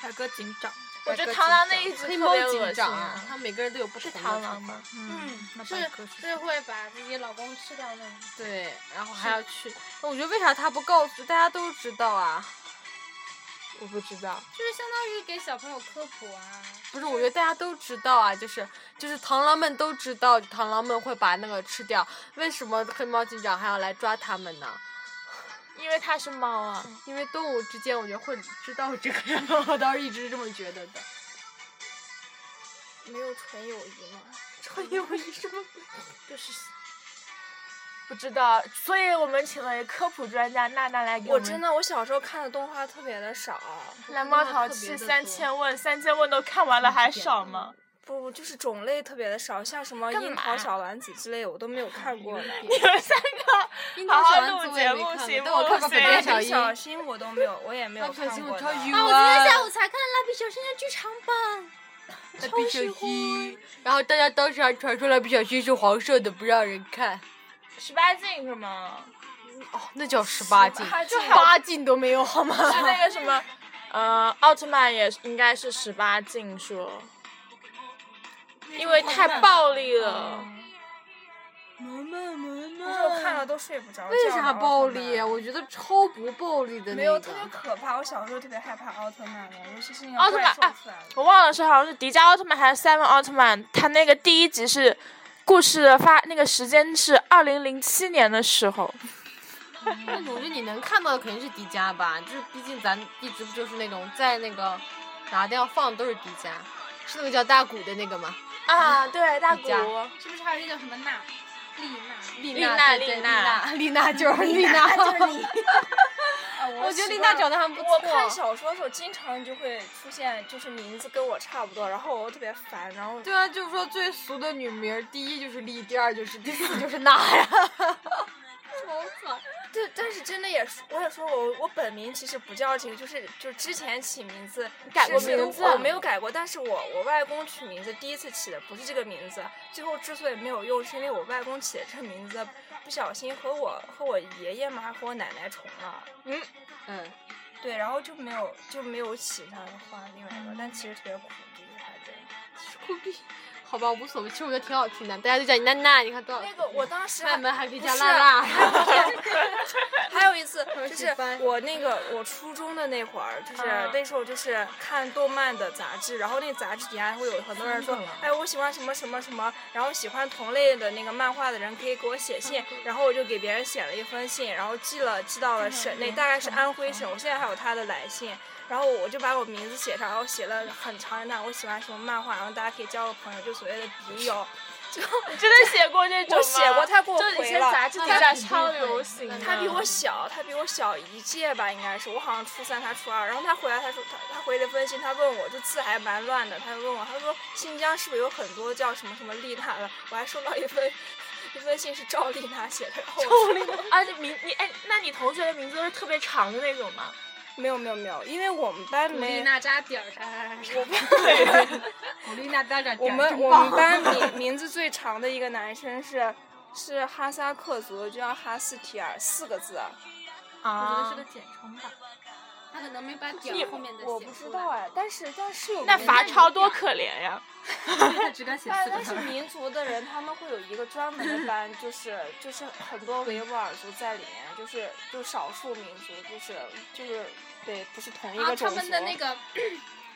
[SPEAKER 4] 海哥警长，
[SPEAKER 1] 我觉
[SPEAKER 3] 白鸽
[SPEAKER 1] 得螳螂那一
[SPEAKER 3] 警长
[SPEAKER 1] 集
[SPEAKER 3] 黑
[SPEAKER 1] 特
[SPEAKER 3] 猫
[SPEAKER 1] 别恶
[SPEAKER 3] 警
[SPEAKER 1] 心
[SPEAKER 3] 长
[SPEAKER 1] 啊
[SPEAKER 3] 啊，他每个人都有不
[SPEAKER 1] 是
[SPEAKER 3] 同的
[SPEAKER 1] 螳
[SPEAKER 3] 惩
[SPEAKER 1] 螂
[SPEAKER 3] 罚
[SPEAKER 1] 吗？
[SPEAKER 4] 嗯，那白
[SPEAKER 5] 是
[SPEAKER 4] 鸽是
[SPEAKER 5] 是会把自己老公吃掉那种。
[SPEAKER 3] 对，然后还要去。我觉得为啥他不告诉大家都知道啊？
[SPEAKER 1] 我不知道。
[SPEAKER 5] 就是相当于给小朋友科普啊。
[SPEAKER 3] 不是，我觉得大家都知道啊，就是就是螳螂们都知道，螳螂们会把那个吃掉。为什么黑猫警长还要来抓他们呢？
[SPEAKER 1] 因为它是猫啊，
[SPEAKER 3] 因为动物之间，我觉得会知道这个，然后我倒是一直是这么觉得 的。
[SPEAKER 2] 没有纯友谊吗？
[SPEAKER 3] 穿越为什么？
[SPEAKER 1] 就是不知道，所以我们请了科普专家娜娜来给
[SPEAKER 2] 我
[SPEAKER 1] 们
[SPEAKER 2] 真的，我小时候看的动画特别的少，
[SPEAKER 1] 蓝猫淘气三千问，三千问都看完了还少吗？
[SPEAKER 2] 不不就是种类特别的少，像什么
[SPEAKER 1] 干
[SPEAKER 2] 樱
[SPEAKER 1] 嘛
[SPEAKER 2] 桃小丸子之类，我都没有看过呢。
[SPEAKER 1] 你们三个
[SPEAKER 3] 樱
[SPEAKER 1] 好
[SPEAKER 3] 桃小
[SPEAKER 1] 好
[SPEAKER 3] 丸子
[SPEAKER 1] 录
[SPEAKER 3] 我也
[SPEAKER 1] 节
[SPEAKER 3] 没
[SPEAKER 1] 目
[SPEAKER 3] 看
[SPEAKER 1] 行不
[SPEAKER 3] 过，但我看过
[SPEAKER 1] 行
[SPEAKER 3] 北？边小
[SPEAKER 2] 蜡笔
[SPEAKER 3] 樱。
[SPEAKER 2] 小新我都没有，我也没
[SPEAKER 3] 蜡
[SPEAKER 2] 有
[SPEAKER 3] 笔小
[SPEAKER 2] 看
[SPEAKER 3] 新
[SPEAKER 2] 过
[SPEAKER 3] 我超
[SPEAKER 2] 的。
[SPEAKER 3] 晕
[SPEAKER 5] 啊，我今天下午才看《蜡笔小新的剧场版
[SPEAKER 3] 蜡笔小新，然后大家当时还传说蜡笔小新是黄色的，不让人看。
[SPEAKER 1] 十八禁是吗？
[SPEAKER 3] 哦，那叫十八禁，
[SPEAKER 1] 18禁
[SPEAKER 3] 八禁都没有好吗？
[SPEAKER 1] 是那个什么，呃，奥特曼也应该是十八禁说，因为太暴力了。
[SPEAKER 3] 嗯
[SPEAKER 4] 萌萌萌萌
[SPEAKER 2] 但是我看了都睡不着觉。
[SPEAKER 3] 为啥暴力啊？
[SPEAKER 2] 啊？
[SPEAKER 3] 我觉得超不暴力的
[SPEAKER 2] 没
[SPEAKER 3] 那
[SPEAKER 2] 有
[SPEAKER 3] 个
[SPEAKER 2] 特。别可怕，我小时候特别害怕奥特曼的，尤其是那个
[SPEAKER 1] 奥特曼
[SPEAKER 3] 啊
[SPEAKER 2] 怪兽出来的
[SPEAKER 1] 我忘了是好像是迪迦奥特曼还是 Seven 奥特曼，他那个第一集是故事的发那个时间是二零零七年的时候，
[SPEAKER 3] 那我觉得你能看到的肯定是迪迦吧，就是毕竟咱一直不就是那种在那个哪个地方放的都是迪迦，是那个叫大古的那个吗？
[SPEAKER 1] 啊，对，大
[SPEAKER 3] 迪迦
[SPEAKER 1] 古》，
[SPEAKER 5] 是不是还有一个叫什么娜丽娜？
[SPEAKER 3] 丽
[SPEAKER 1] 娜
[SPEAKER 3] 娜，
[SPEAKER 1] 丽
[SPEAKER 3] 对对
[SPEAKER 1] 娜
[SPEAKER 3] 丽娜就是 丽娜，
[SPEAKER 2] 啊
[SPEAKER 3] 我觉得
[SPEAKER 2] 习
[SPEAKER 3] 丽
[SPEAKER 2] 惯
[SPEAKER 3] 娜
[SPEAKER 2] 了
[SPEAKER 3] 长得还不
[SPEAKER 2] 我看
[SPEAKER 3] 错。
[SPEAKER 2] 小说的时候，经常就会出现，就是名字跟我差不多，然后我又特别烦，然后
[SPEAKER 3] 对啊，就是说最俗的女名儿，第一就是丽，第二就是 第四就是娜呀。
[SPEAKER 2] 对，但是真的也是，我也说我我本名其实不叫这个，就是就是之前起名字
[SPEAKER 1] 改
[SPEAKER 2] 是
[SPEAKER 1] 过
[SPEAKER 2] 是
[SPEAKER 1] 名字啊
[SPEAKER 2] 我没有改过，但是我我外公取名字第一次起的不是这个名字，最后之所以没有用，是因为我外公起的这个名字不小心和我和我爷爷嘛和我奶奶重了，
[SPEAKER 3] 嗯，
[SPEAKER 2] 对，然后就没有就没有起他换另外
[SPEAKER 1] 嗯
[SPEAKER 2] 一个，但其实特别苦逼，还真。
[SPEAKER 3] 酷毙。好吧，无所谓，其实我觉得挺好听的，大家都叫你娜娜，你看多少。
[SPEAKER 2] 那个我当时
[SPEAKER 3] 外
[SPEAKER 2] 还
[SPEAKER 3] 门还可以
[SPEAKER 2] 不
[SPEAKER 3] 叫
[SPEAKER 2] 是
[SPEAKER 3] 娜 娜。
[SPEAKER 2] 还有一次，
[SPEAKER 3] 二
[SPEAKER 2] 就
[SPEAKER 3] 十
[SPEAKER 2] 是
[SPEAKER 3] 三
[SPEAKER 2] 我那个我初中的那会儿，就是
[SPEAKER 1] 啊
[SPEAKER 2] 那时候就是看动漫的杂志，然后那杂志底下会有很多人说，哎，我喜欢什么什么什么，然后喜欢同类的那个漫画的人可以给我写信，然后我就给别人写了一封信，然后寄了寄到了省内，大概是安徽省，我现在还有他的来信。然后我就把我名字写上，然后写了很长一段我喜欢什么漫画，然后大家可以交个朋友，就所谓的笔友。
[SPEAKER 1] 你真的写过这种吗？
[SPEAKER 2] 我写过他给我
[SPEAKER 1] 就是以
[SPEAKER 2] 回
[SPEAKER 1] 前
[SPEAKER 2] 了
[SPEAKER 1] 杂志底
[SPEAKER 3] 他
[SPEAKER 1] 下
[SPEAKER 3] 肯定
[SPEAKER 1] 超
[SPEAKER 3] 会
[SPEAKER 1] 流行的。
[SPEAKER 2] 他 比我小，他比我小一届吧，应该是我好像初三，他初二。然后他回来，他说他他回了分析，他问我就字还蛮乱的，他就问我，他说新疆是不是有很多叫什么什么丽娜的？我还收到一封一封信是赵丽娜写的，然后赵丽娜
[SPEAKER 1] 啊，这名你哎，那你同学的名字都是特别长的那种吗？
[SPEAKER 2] 没有没有没有，因为我们班
[SPEAKER 5] 丽
[SPEAKER 2] 没。
[SPEAKER 5] 娜扎点儿哎啥啥啥。
[SPEAKER 3] 丽娜大长
[SPEAKER 2] 我们我们班 名名字最长的一个男生是是哈萨克族的，就叫哈斯提尔，四个字。啊
[SPEAKER 5] 我觉得
[SPEAKER 1] 啊
[SPEAKER 5] 是个简称吧，他可能没把点
[SPEAKER 1] 你
[SPEAKER 5] 儿后面的
[SPEAKER 2] 我
[SPEAKER 5] 写
[SPEAKER 2] 不知
[SPEAKER 5] 出
[SPEAKER 2] 道
[SPEAKER 5] 来。
[SPEAKER 2] 哎，但是但是有
[SPEAKER 1] 那
[SPEAKER 2] 名
[SPEAKER 1] 罚
[SPEAKER 2] 字
[SPEAKER 1] 抄多可怜呀！
[SPEAKER 3] 他只敢写
[SPEAKER 2] 但但是民族的人，他们会有一个专门的班，就是就是很多维吾尔族在里面，就是就少数民族，就是就是对，不是同一
[SPEAKER 5] 然
[SPEAKER 1] 啊
[SPEAKER 5] 后
[SPEAKER 2] 个种
[SPEAKER 5] 他
[SPEAKER 2] 族。
[SPEAKER 5] 们的那个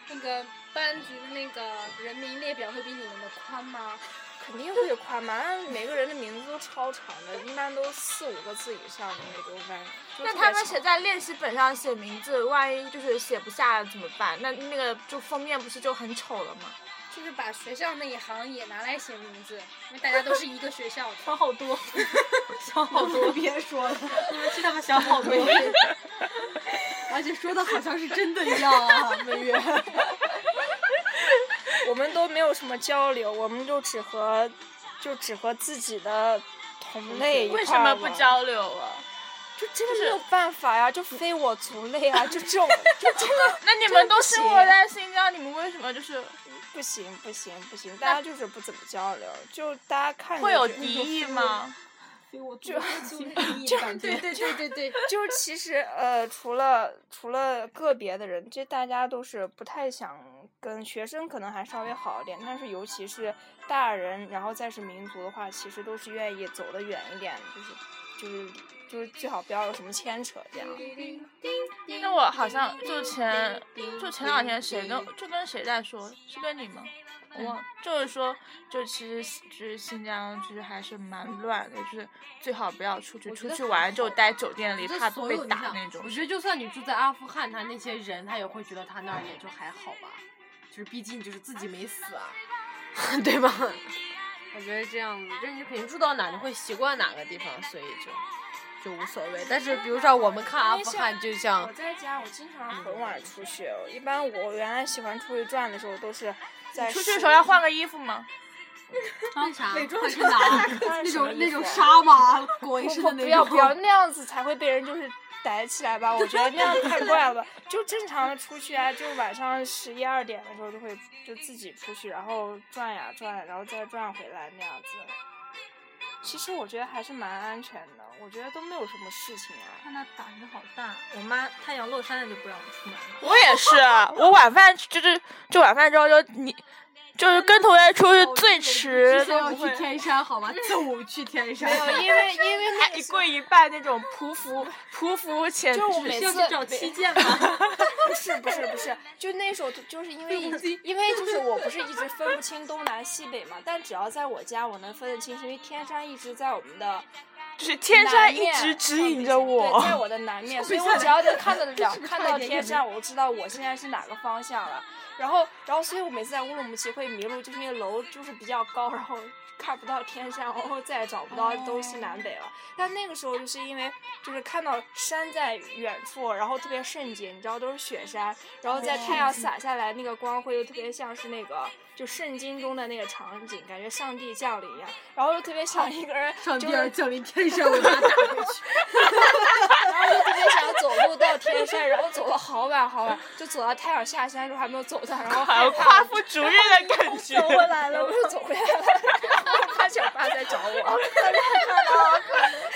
[SPEAKER 5] 那个班级的那个人民列表会比你们的宽吗？
[SPEAKER 2] 肯定会宽嘛，但是每个人的名字都超长的，一般都四五个字以上的那种班。就
[SPEAKER 1] 那
[SPEAKER 2] 特别
[SPEAKER 1] 他们
[SPEAKER 2] 长
[SPEAKER 1] 写在练习本上写名字，万一就是写不下来怎么办？那那个就封面不是就很丑了吗？
[SPEAKER 5] 就是把学校那一行也拿来写名字，因为大家都是一个学校的。
[SPEAKER 4] 想好多，想好多，别说 了，你们替他们想好多。
[SPEAKER 3] 而且说的好像是真的一样啊，美月。
[SPEAKER 2] 我们都没有什么交流，我们就只和就只和自己的同类一块
[SPEAKER 1] 为什么
[SPEAKER 2] 儿
[SPEAKER 1] 不
[SPEAKER 2] 玩
[SPEAKER 1] 交流啊？
[SPEAKER 2] 就真的没有办法呀，就非我族类啊，就这种就真的。
[SPEAKER 1] 那你们都生活在新疆，你们为什么就是
[SPEAKER 2] 不行不行不行，大家就是不怎么交流，就大家看着
[SPEAKER 1] 会有
[SPEAKER 2] 就
[SPEAKER 1] 敌意吗？
[SPEAKER 5] 所以我读不 出那个意义的感
[SPEAKER 3] 对
[SPEAKER 5] 觉。
[SPEAKER 3] 对对对对，
[SPEAKER 2] 就是其实呃，除了除了个别的人，这大家都是不太想跟学生，可能还稍微好一点，但是尤其是大人，然后再是民族的话，其实都是愿意走得远一点，就是就是就是最好不要有什么牵扯这样。
[SPEAKER 1] 那我好像就前就前两天谁跟就跟谁在说，是跟你吗？我
[SPEAKER 3] 嗯
[SPEAKER 1] 忘了，就是说，就其实就是新疆，就是还是蛮乱的，就是最好不要出去，
[SPEAKER 3] 我觉
[SPEAKER 1] 出
[SPEAKER 3] 得
[SPEAKER 1] 去
[SPEAKER 3] 还
[SPEAKER 1] 玩就
[SPEAKER 3] 好
[SPEAKER 1] 待酒店
[SPEAKER 3] 我
[SPEAKER 1] 里，
[SPEAKER 3] 觉得
[SPEAKER 1] 怕
[SPEAKER 3] 所
[SPEAKER 1] 被
[SPEAKER 3] 有你
[SPEAKER 1] 打
[SPEAKER 3] 想
[SPEAKER 1] 那种
[SPEAKER 3] 我。觉得就算你住在阿富汗，他那些人他也会觉得他那儿也就还好吧，就是毕竟就是自己没死 啊，对吧？ 我觉得这样，就是你肯定住到哪，你会习惯哪个地方，所以就就无所谓。但是比如说我们看阿富汗，就
[SPEAKER 1] 嗯
[SPEAKER 3] 像
[SPEAKER 2] 我在家，我经常很晚出去。一般我原来喜欢出去转的时候，都是在
[SPEAKER 1] 出去
[SPEAKER 2] 室
[SPEAKER 1] 的时候要
[SPEAKER 2] 内
[SPEAKER 1] 换个衣服吗？
[SPEAKER 3] 为啥
[SPEAKER 2] 美妆
[SPEAKER 3] 换 成
[SPEAKER 2] 厂
[SPEAKER 3] 哪儿那
[SPEAKER 2] 换什么
[SPEAKER 3] 种
[SPEAKER 2] 衣
[SPEAKER 3] 那
[SPEAKER 2] 服
[SPEAKER 3] 种
[SPEAKER 2] 啊
[SPEAKER 3] 纱吗？裹一
[SPEAKER 2] 不
[SPEAKER 3] 身
[SPEAKER 2] 不
[SPEAKER 3] 的那种。
[SPEAKER 2] 不要不 要，那样子才会被人就是逮起来吧？我觉得那样太 怪了吧。就正常的出去啊，就晚上十一二点的时候就会就自己出去，然后转呀转呀，然后再转回来那样子。其实我觉得还是蛮安全的，我觉得都没有什么事情啊。
[SPEAKER 4] 看那胆子好大，我妈太阳落山了就不让我出门了。
[SPEAKER 1] 我也是，我晚饭就是就晚饭之后就你就是跟同学出去最迟
[SPEAKER 3] 至少
[SPEAKER 1] 都
[SPEAKER 3] 要
[SPEAKER 1] 不
[SPEAKER 3] 去
[SPEAKER 1] 会。
[SPEAKER 3] 天山好 吗？走去天山
[SPEAKER 2] 没。有，因为因为那
[SPEAKER 1] 还
[SPEAKER 2] 个
[SPEAKER 1] 一
[SPEAKER 2] 时候
[SPEAKER 1] 跪一拜那种匍匐匍匐前
[SPEAKER 2] 就我
[SPEAKER 1] 置
[SPEAKER 2] 每
[SPEAKER 3] 要
[SPEAKER 2] 次
[SPEAKER 3] 去找
[SPEAKER 2] 每
[SPEAKER 3] 七剑吗？
[SPEAKER 2] 不是不是不是，就那时候就就是因为一直因为就是我不是一直分不清东南西北嘛，但只要在我家我能分得清，是因为天山一直在我们的
[SPEAKER 1] 就是天山一直指引着
[SPEAKER 2] 对，在
[SPEAKER 1] 我。
[SPEAKER 2] 我的南 面，所以我只要能看得了，看到天山，我就知道我现在是哪个方向了。然后，然后，所以我每次在乌鲁木齐会迷路，就是因为楼就是比较高，然后看不到天山，然后再也找不
[SPEAKER 1] 哦
[SPEAKER 2] 到东西南北了。但那个时候就是因为就是看到山在远处，然后特别圣洁，你知道都是雪山，然后在太阳洒下来那个光辉又特别像是那个就圣经中的那个场景，感觉上帝降临一样。然后又特别想一个人，
[SPEAKER 3] 上
[SPEAKER 2] 就
[SPEAKER 3] 帝
[SPEAKER 2] 是
[SPEAKER 3] 要降临天山，我把他打回去。
[SPEAKER 2] 然后就特别想走路到天山，然后走了好晚好晚，就走到太阳下山的时候还没有走到，然后
[SPEAKER 1] 好像夸父逐日的感觉，
[SPEAKER 2] 来了，我又走回来了， 发现我爸在找
[SPEAKER 1] 哦
[SPEAKER 2] 我。
[SPEAKER 3] 你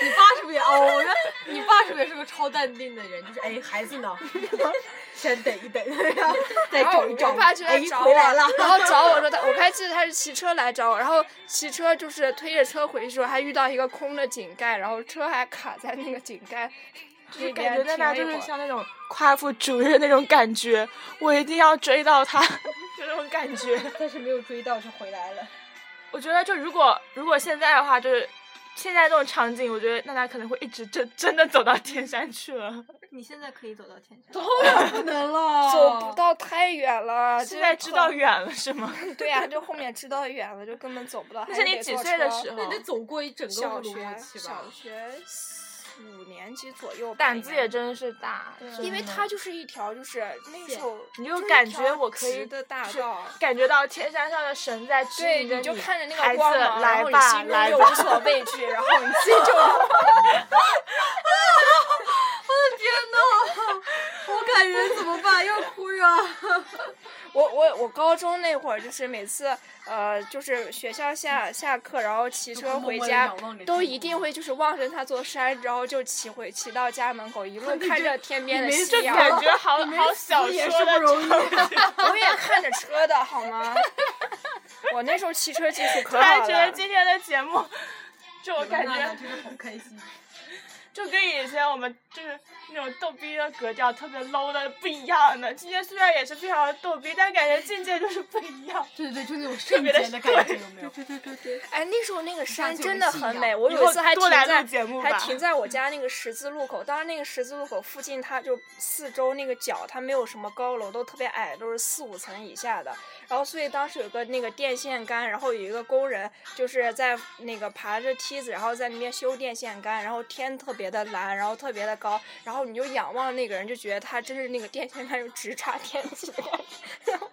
[SPEAKER 3] 爸是不是也哦？我说你爸是不是是个超淡定的人？就是哎，孩子呢？ 先等一等，然后再
[SPEAKER 2] 然后
[SPEAKER 3] 找一
[SPEAKER 2] 我
[SPEAKER 3] 找。
[SPEAKER 2] 爸就来
[SPEAKER 3] 哎，
[SPEAKER 2] 找我，
[SPEAKER 3] 回来了。
[SPEAKER 2] 然后找我说他，我还记得他是骑车来找我，然后骑车就是推着车回去的时候，还遇到一个空的井盖，然后车还卡在那个井盖那
[SPEAKER 1] 感
[SPEAKER 2] 边
[SPEAKER 1] 觉
[SPEAKER 2] 停
[SPEAKER 1] 在
[SPEAKER 2] 了
[SPEAKER 1] 那
[SPEAKER 2] 一
[SPEAKER 1] 就
[SPEAKER 2] 会
[SPEAKER 1] 是
[SPEAKER 2] 儿。
[SPEAKER 1] 像那种夸父逐日那种感觉，我一定要追到他，就那种感觉。
[SPEAKER 3] 但是没有追到，就回来了。
[SPEAKER 1] 我觉得就如果如果现在的话，就是现在这种场景，我觉得娜娜可能会一直真真的走到天山去了。
[SPEAKER 4] 你现在可以走到天山。
[SPEAKER 3] 当然不能了，
[SPEAKER 2] 走不。到太远了，
[SPEAKER 1] 现在知道远了啊是吗？
[SPEAKER 2] 就对呀、就后面知道远了，就根本走 不到。
[SPEAKER 1] 那
[SPEAKER 2] 还
[SPEAKER 1] 是你
[SPEAKER 2] 得
[SPEAKER 1] 几
[SPEAKER 2] 坐
[SPEAKER 1] 岁的
[SPEAKER 2] 车
[SPEAKER 1] 时候
[SPEAKER 3] 那？你得走过一整个乌
[SPEAKER 2] 小
[SPEAKER 3] 鲁木
[SPEAKER 2] 学
[SPEAKER 3] 齐吧
[SPEAKER 2] 小？学四五年级左右吧，
[SPEAKER 1] 胆
[SPEAKER 2] 应
[SPEAKER 1] 子
[SPEAKER 2] 该
[SPEAKER 1] 也真是大，
[SPEAKER 2] 因为它就是一条就是那个时候
[SPEAKER 1] 你
[SPEAKER 2] 就
[SPEAKER 1] 就是
[SPEAKER 2] 一
[SPEAKER 1] 感觉
[SPEAKER 2] 条
[SPEAKER 1] 我可以
[SPEAKER 2] 直的大
[SPEAKER 1] 是
[SPEAKER 2] 道。
[SPEAKER 1] 感觉到天山上的神在指
[SPEAKER 2] 对，
[SPEAKER 1] 引着
[SPEAKER 2] 你就看着那
[SPEAKER 1] 孩
[SPEAKER 2] 个
[SPEAKER 1] 子
[SPEAKER 2] 光芒，然
[SPEAKER 1] 来
[SPEAKER 2] 后你
[SPEAKER 1] 吧，
[SPEAKER 2] 心中
[SPEAKER 1] 来
[SPEAKER 2] 又
[SPEAKER 1] 吧
[SPEAKER 2] 无。所 畏惧，然后你自己就
[SPEAKER 3] 天哪，好感人，怎么办？要哭啊着。
[SPEAKER 2] 我我我高中那会儿就是每次呃就是学校下下课，然后骑车回家，都一定会就是望着那座山，然后就骑回骑到家门 口，一路看着天边的
[SPEAKER 3] 没
[SPEAKER 2] 夕阳。
[SPEAKER 1] 感觉 好好小
[SPEAKER 3] 死也
[SPEAKER 1] 说
[SPEAKER 3] 是不
[SPEAKER 1] 的
[SPEAKER 3] 容易啊
[SPEAKER 1] 场景，
[SPEAKER 2] 我也看着车的好吗？我那时候骑车技术
[SPEAKER 1] 突
[SPEAKER 2] 可
[SPEAKER 1] 然
[SPEAKER 2] 好
[SPEAKER 1] 觉得
[SPEAKER 2] 了。
[SPEAKER 1] 今天的节目， 就我感
[SPEAKER 3] 娜娜
[SPEAKER 1] 觉
[SPEAKER 3] 真的好开心。
[SPEAKER 1] 就跟以前我们就是那种逗逼的格调特别 low 的不一样的。今天虽然也是非常的逗逼，但感觉境界就是不一样。
[SPEAKER 3] 对对对，就那种圣洁的感觉，有没有？对对对对。
[SPEAKER 2] 哎，那时候那个山
[SPEAKER 3] 就有
[SPEAKER 2] 真的
[SPEAKER 3] 信
[SPEAKER 2] 很
[SPEAKER 3] 仰
[SPEAKER 2] 美，我
[SPEAKER 1] 以
[SPEAKER 2] 有一
[SPEAKER 1] 后
[SPEAKER 2] 次还
[SPEAKER 1] 多
[SPEAKER 2] 停
[SPEAKER 1] 来
[SPEAKER 2] 在
[SPEAKER 1] 录节目
[SPEAKER 2] 还
[SPEAKER 1] 吧
[SPEAKER 2] 停在我家那个十字路口。当然，那个十字路口附近，它就四周那个角，它没有什么高楼，都特别矮，都是四五层以下的。然后，所以当时有个那个电线杆，然后有一个工人就是在那个爬着梯子，然后在那边修电线杆，然后天特别的蓝，然后特别的高，然后你就仰望那个人，就觉得他真是那个电线杆就直插天际， 然后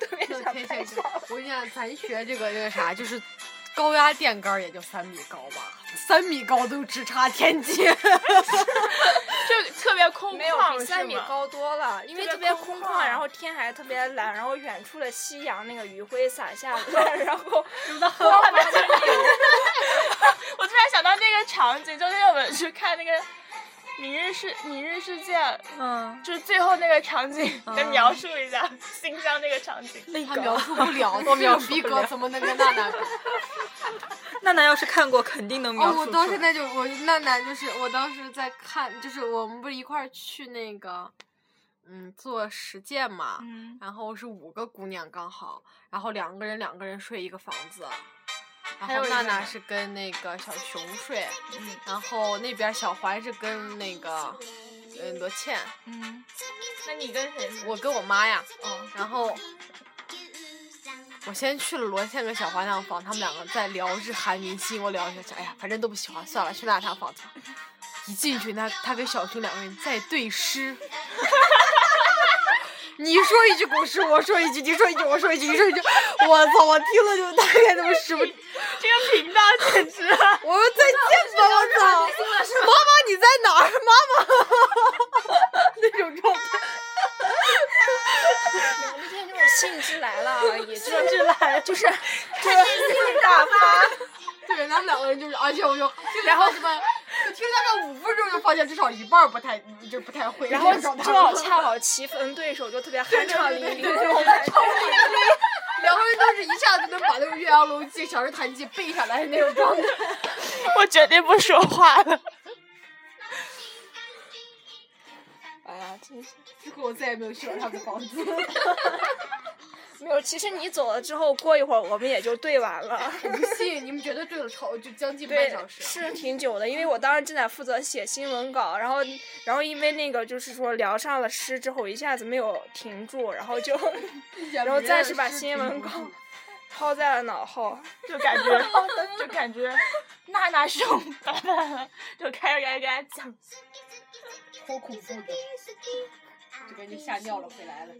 [SPEAKER 2] 特别
[SPEAKER 3] 那
[SPEAKER 2] 想
[SPEAKER 3] 天
[SPEAKER 2] 拍
[SPEAKER 3] 线
[SPEAKER 2] 照。
[SPEAKER 3] 我跟你讲，咱学这个这个啥，就是高压电杆儿也就三米高吧，三米高都直插天际。
[SPEAKER 1] 就特别空
[SPEAKER 2] 没有
[SPEAKER 1] 旷，
[SPEAKER 2] 比三米
[SPEAKER 1] 是吗。
[SPEAKER 2] 高多了，因为
[SPEAKER 1] 特
[SPEAKER 2] 特
[SPEAKER 1] 别
[SPEAKER 2] 别
[SPEAKER 1] 空
[SPEAKER 2] 空
[SPEAKER 1] 旷
[SPEAKER 2] 旷，然后天还特别蓝，然后远处的夕阳那个余晖洒下 来，然后
[SPEAKER 4] 嗯
[SPEAKER 1] 我还没有 我突然想到那个场景，就是我们去看那个《明日世明日世界》，
[SPEAKER 4] 嗯，
[SPEAKER 1] 就是最后那个场景，
[SPEAKER 4] 啊
[SPEAKER 1] 再描述一下新疆嗯那个场景。
[SPEAKER 3] 他描述不 了，我
[SPEAKER 4] 描述
[SPEAKER 3] 逼
[SPEAKER 4] 不
[SPEAKER 3] 格
[SPEAKER 4] 了
[SPEAKER 3] 怎么能跟娜娜比？
[SPEAKER 4] 娜娜要是看过，肯定能描
[SPEAKER 3] 哦，
[SPEAKER 4] 述
[SPEAKER 3] 我
[SPEAKER 4] 出
[SPEAKER 3] 到
[SPEAKER 4] 来。
[SPEAKER 3] 现在就我娜娜就是我当时在看，就是我们不是一块儿去那个，嗯，做实践嘛，
[SPEAKER 1] 嗯，
[SPEAKER 3] 然后是五个姑娘刚好，然后两个人两个人睡一个房子，
[SPEAKER 1] 还
[SPEAKER 3] 然
[SPEAKER 1] 有
[SPEAKER 3] 后
[SPEAKER 1] 一
[SPEAKER 3] 娜
[SPEAKER 1] 个
[SPEAKER 3] 娜
[SPEAKER 1] 呢
[SPEAKER 3] 是跟那个小熊睡，
[SPEAKER 1] 嗯
[SPEAKER 3] 然后那边小环是跟那个，呃罗茜，
[SPEAKER 1] 嗯，那你跟谁睡？
[SPEAKER 3] 我跟我妈呀，
[SPEAKER 1] 哦，
[SPEAKER 3] 然后我先去了罗茜跟小花那房，他们两个在聊日韩明星，我聊一下下，哎呀，反正都不喜欢，算了，去那趟房子吧。一进去，他他跟小熊两个人在对诗， 你说一句古诗，我说一句，你说一句，我说一句，你说一句，我操，我听了就大概那么十分。
[SPEAKER 1] 这个频道简直了。
[SPEAKER 3] 我说再见吧，我操！妈妈你在哪儿？妈妈， 那种状态。
[SPEAKER 2] 我们现在这种兴致来 了，也就
[SPEAKER 1] 甚至 来就是
[SPEAKER 3] 对，他们两个人就是，而且我就，然后什么，就听大概五分钟就发现至少一半儿不太，就不太会。
[SPEAKER 2] 然后
[SPEAKER 3] 正
[SPEAKER 2] 正好恰好棋逢对手，就特别酣畅淋漓。
[SPEAKER 3] 两个人都是一下子能把那个《岳阳楼记》《小人弹记》背下来的那种状态。
[SPEAKER 1] 我决定不说话了。
[SPEAKER 2] 哎呀，真是
[SPEAKER 3] 之后我再也没有去过他们房 子。
[SPEAKER 2] 没有。其实你走了之后，过一会儿我们也就对完了。
[SPEAKER 3] 不信，你们绝对对了超就将近半
[SPEAKER 2] 对
[SPEAKER 3] 小，时。啊
[SPEAKER 2] 是挺久的，因为我当时正在负责写新闻稿，然后，然后因为那个就是说聊上了诗之后，一下子没有停住，然后就，然后暂时把新闻稿 抛在了脑后。
[SPEAKER 1] 就感觉，就感觉娜娜熊巴巴了，就开始给大家讲。
[SPEAKER 3] 好恐怖的，就感觉吓尿了，回来了。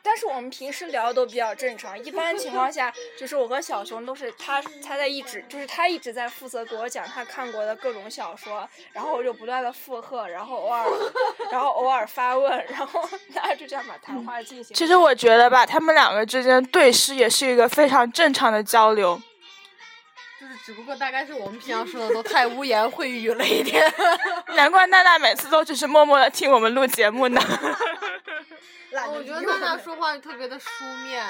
[SPEAKER 2] 但是我们平时聊的都比较正常，一般情况下就是我和小熊都是他他在一直就是他一直在负责给我讲他看过的各种小说，然后我就不断的附和，然后偶尔然后偶尔发问，然后 大家就这样把谈话进行。
[SPEAKER 1] 其实我觉得吧，他们两个之间对视也是一个非常正常的交流。
[SPEAKER 3] 就是只不过大概是我们平常说的都太污言秽语了一 点。
[SPEAKER 1] 难怪娜娜每次都只是默默的听我们录节目 呢。
[SPEAKER 3] 哦我觉得娜娜说话特别的书面，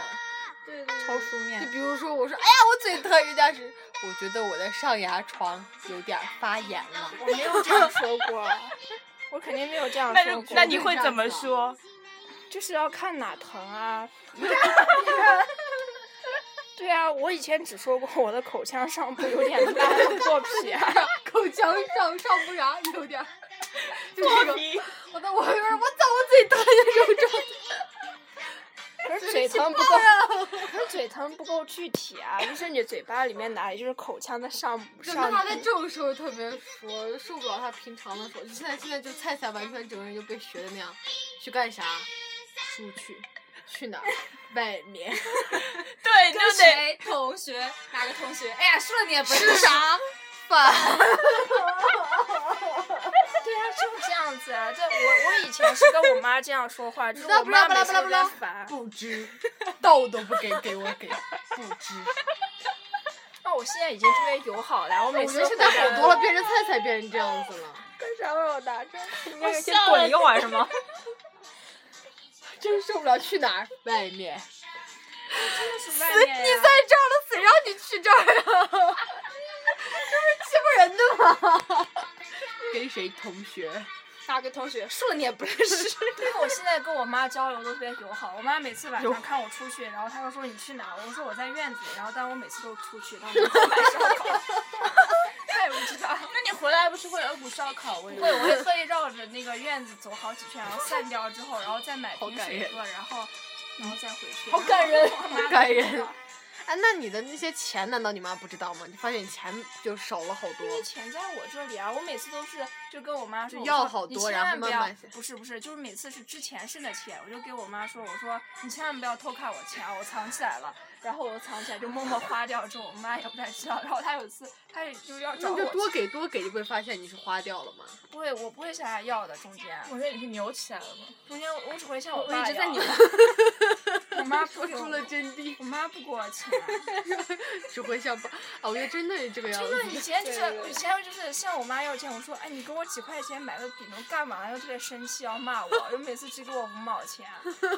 [SPEAKER 5] 对对
[SPEAKER 4] 超书面
[SPEAKER 3] 就。比如说我说哎呀我嘴疼，人家是我觉得我的上牙床有点发炎了。
[SPEAKER 2] 我没有这样说过，我肯定没有这样
[SPEAKER 1] 那
[SPEAKER 2] 说
[SPEAKER 1] 如
[SPEAKER 2] 过。
[SPEAKER 1] 那你会怎么说？
[SPEAKER 2] 就是要看哪疼 啊？对啊，我以前只说过我的口腔上部有点大破皮啊。
[SPEAKER 3] 口腔上上不啥有点儿，就那种
[SPEAKER 1] 皮，
[SPEAKER 3] 我的我有点儿我操我嘴疼那种状态。
[SPEAKER 2] 可是嘴疼不够，可是嘴疼不够具体啊，就是你嘴巴里面哪里，就是口腔的上
[SPEAKER 3] 就娜
[SPEAKER 2] 上
[SPEAKER 3] 娜在
[SPEAKER 2] 部。
[SPEAKER 3] 这种时候特别说，受不了她平常的时候，就现在现在就菜菜完全整个人就被学的那样，去干啥？出去，去哪儿？外面
[SPEAKER 1] 对，就
[SPEAKER 5] 跟
[SPEAKER 1] 得
[SPEAKER 5] 谁同学哪个同学？哎呀，说了你也不
[SPEAKER 3] 吃
[SPEAKER 5] 认识。
[SPEAKER 3] 啥饭？
[SPEAKER 2] 对啊，就是这样子啊。这我我以前是跟我妈这样说话，就是
[SPEAKER 3] 知道
[SPEAKER 2] 我
[SPEAKER 3] 不知道不
[SPEAKER 2] 妈每
[SPEAKER 3] 知道
[SPEAKER 2] 次都
[SPEAKER 3] 不知道
[SPEAKER 2] 在烦。
[SPEAKER 3] 不 知道都不给给我 给，不知。
[SPEAKER 2] 那我现在已经特别友好了，我每
[SPEAKER 3] 我
[SPEAKER 2] 次
[SPEAKER 3] 觉
[SPEAKER 2] 都
[SPEAKER 3] 得现在
[SPEAKER 2] 回家
[SPEAKER 3] 好多了，变成菜菜变成这样子了，
[SPEAKER 2] 为啥把我拿着？
[SPEAKER 1] 我先滚一个晚上吗？
[SPEAKER 3] 真受不了。去哪儿？外面。
[SPEAKER 5] 就 是外面呀
[SPEAKER 3] 你在这儿了，谁让你去这儿 啊？这不是欺负人的吗？ 跟谁同学？
[SPEAKER 5] 哪个同学？说了你也不认识。
[SPEAKER 2] 因为我现在跟我妈交流都特别友好，我妈每次晚上看我出去，然后她就说你去哪？我说我在院子，然后但我每次都出去，然后她买烧烤。 她也不知道。
[SPEAKER 1] 那你回来不是会有一股烧烤味
[SPEAKER 2] 会，我会特意绕着那个院子走好几圈，然后散掉之后，然后再买
[SPEAKER 3] 好
[SPEAKER 2] 瓶
[SPEAKER 3] 感
[SPEAKER 2] 水
[SPEAKER 3] 人
[SPEAKER 2] 喝，然后然后再回去。
[SPEAKER 3] 好感人
[SPEAKER 2] 然后
[SPEAKER 3] 好
[SPEAKER 2] 妈妈
[SPEAKER 3] 感
[SPEAKER 2] 就知
[SPEAKER 3] 人
[SPEAKER 2] 道。
[SPEAKER 3] 哎，那你的那些钱难道你妈不知道吗？你发现你钱就少了好
[SPEAKER 2] 因为
[SPEAKER 3] 多，
[SPEAKER 2] 钱在我这里啊，我每次都是就跟我妈说，
[SPEAKER 3] 就
[SPEAKER 2] 我
[SPEAKER 3] 要
[SPEAKER 2] 说
[SPEAKER 3] 好
[SPEAKER 2] 你
[SPEAKER 3] 多
[SPEAKER 2] 千
[SPEAKER 3] 然后
[SPEAKER 2] 万不
[SPEAKER 3] 慢
[SPEAKER 2] 要
[SPEAKER 3] 慢写
[SPEAKER 2] 不是不是，就是每次是之前剩的钱，我就给我妈说，我说你千万不要偷看我钱，啊我藏起来了。然后我藏起来就默默花掉，之后我妈也不太知道。然后她有一次，她也就要
[SPEAKER 3] 那
[SPEAKER 2] 找
[SPEAKER 3] 你就
[SPEAKER 2] 我，
[SPEAKER 3] 多给多给，就不会发现你是花掉了吗？
[SPEAKER 2] 不会，我不会向她要的。中间，
[SPEAKER 4] 我觉得你是扭起来了吗？
[SPEAKER 2] 中间我只会向
[SPEAKER 5] 我
[SPEAKER 2] 爸
[SPEAKER 5] 一直在
[SPEAKER 2] 要
[SPEAKER 5] 你，
[SPEAKER 2] 我妈不
[SPEAKER 3] 说
[SPEAKER 2] 给我
[SPEAKER 3] 出了真谛，
[SPEAKER 2] 我妈不给我钱。
[SPEAKER 3] 只会像爸。啊，我觉得真的是这个样
[SPEAKER 2] 就是以
[SPEAKER 3] 子。
[SPEAKER 2] 前就是
[SPEAKER 5] 对对对
[SPEAKER 2] 以前就是向我妈要钱，我说哎，你给我几块钱买个笔能干嘛？然后特别生气，要骂我，就每次只给我五毛钱。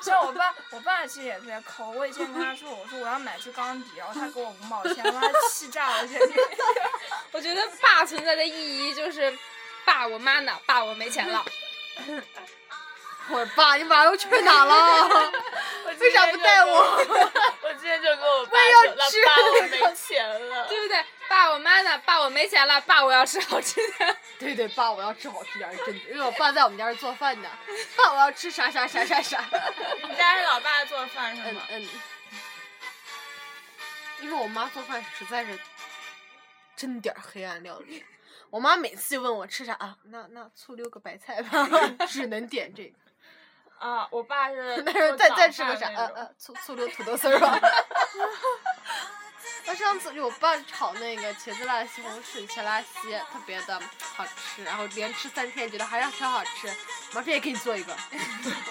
[SPEAKER 2] 像我爸，我爸其实也特别抠。我以前跟他说，我说我要买支钢笔，然后他给我五毛钱，我妈气炸了，简 直。
[SPEAKER 5] 我觉得爸存在的意义就是，爸我妈呢？爸我没钱 了。
[SPEAKER 3] 我爸，你晚上又去哪了？ 为啥不带我？
[SPEAKER 1] 我今天就跟我爸
[SPEAKER 3] 我也
[SPEAKER 1] 说，
[SPEAKER 3] 要
[SPEAKER 1] 那
[SPEAKER 3] 吃
[SPEAKER 1] 爸我没钱了。
[SPEAKER 5] 对不对？爸我妈呢？爸我没钱了，爸我要吃好吃的。
[SPEAKER 3] 对对，爸，我要吃好吃点儿，真的，因为我爸在我们家是做饭的。爸，我要吃啥啥啥啥啥。
[SPEAKER 1] 你家是老爸做饭是
[SPEAKER 3] 嗯
[SPEAKER 1] 吗？
[SPEAKER 3] 嗯，因为我妈做饭实在是真点儿黑暗料理。我妈每次就问我吃啥，啊、那那醋溜个白菜吧， 只能点这个。
[SPEAKER 1] 啊，我爸是
[SPEAKER 3] 那时候
[SPEAKER 1] 做
[SPEAKER 3] 再
[SPEAKER 1] 早
[SPEAKER 3] 再吃个
[SPEAKER 1] 饭
[SPEAKER 3] 啥，
[SPEAKER 1] 那
[SPEAKER 3] 呃
[SPEAKER 1] 种
[SPEAKER 3] 呃，醋醋溜土豆丝儿吧。 那上次就我爸炒那个茄子辣西红柿茄拉西，特别的好吃，然后连吃三天，觉得还是很好吃。我这也给你做一个，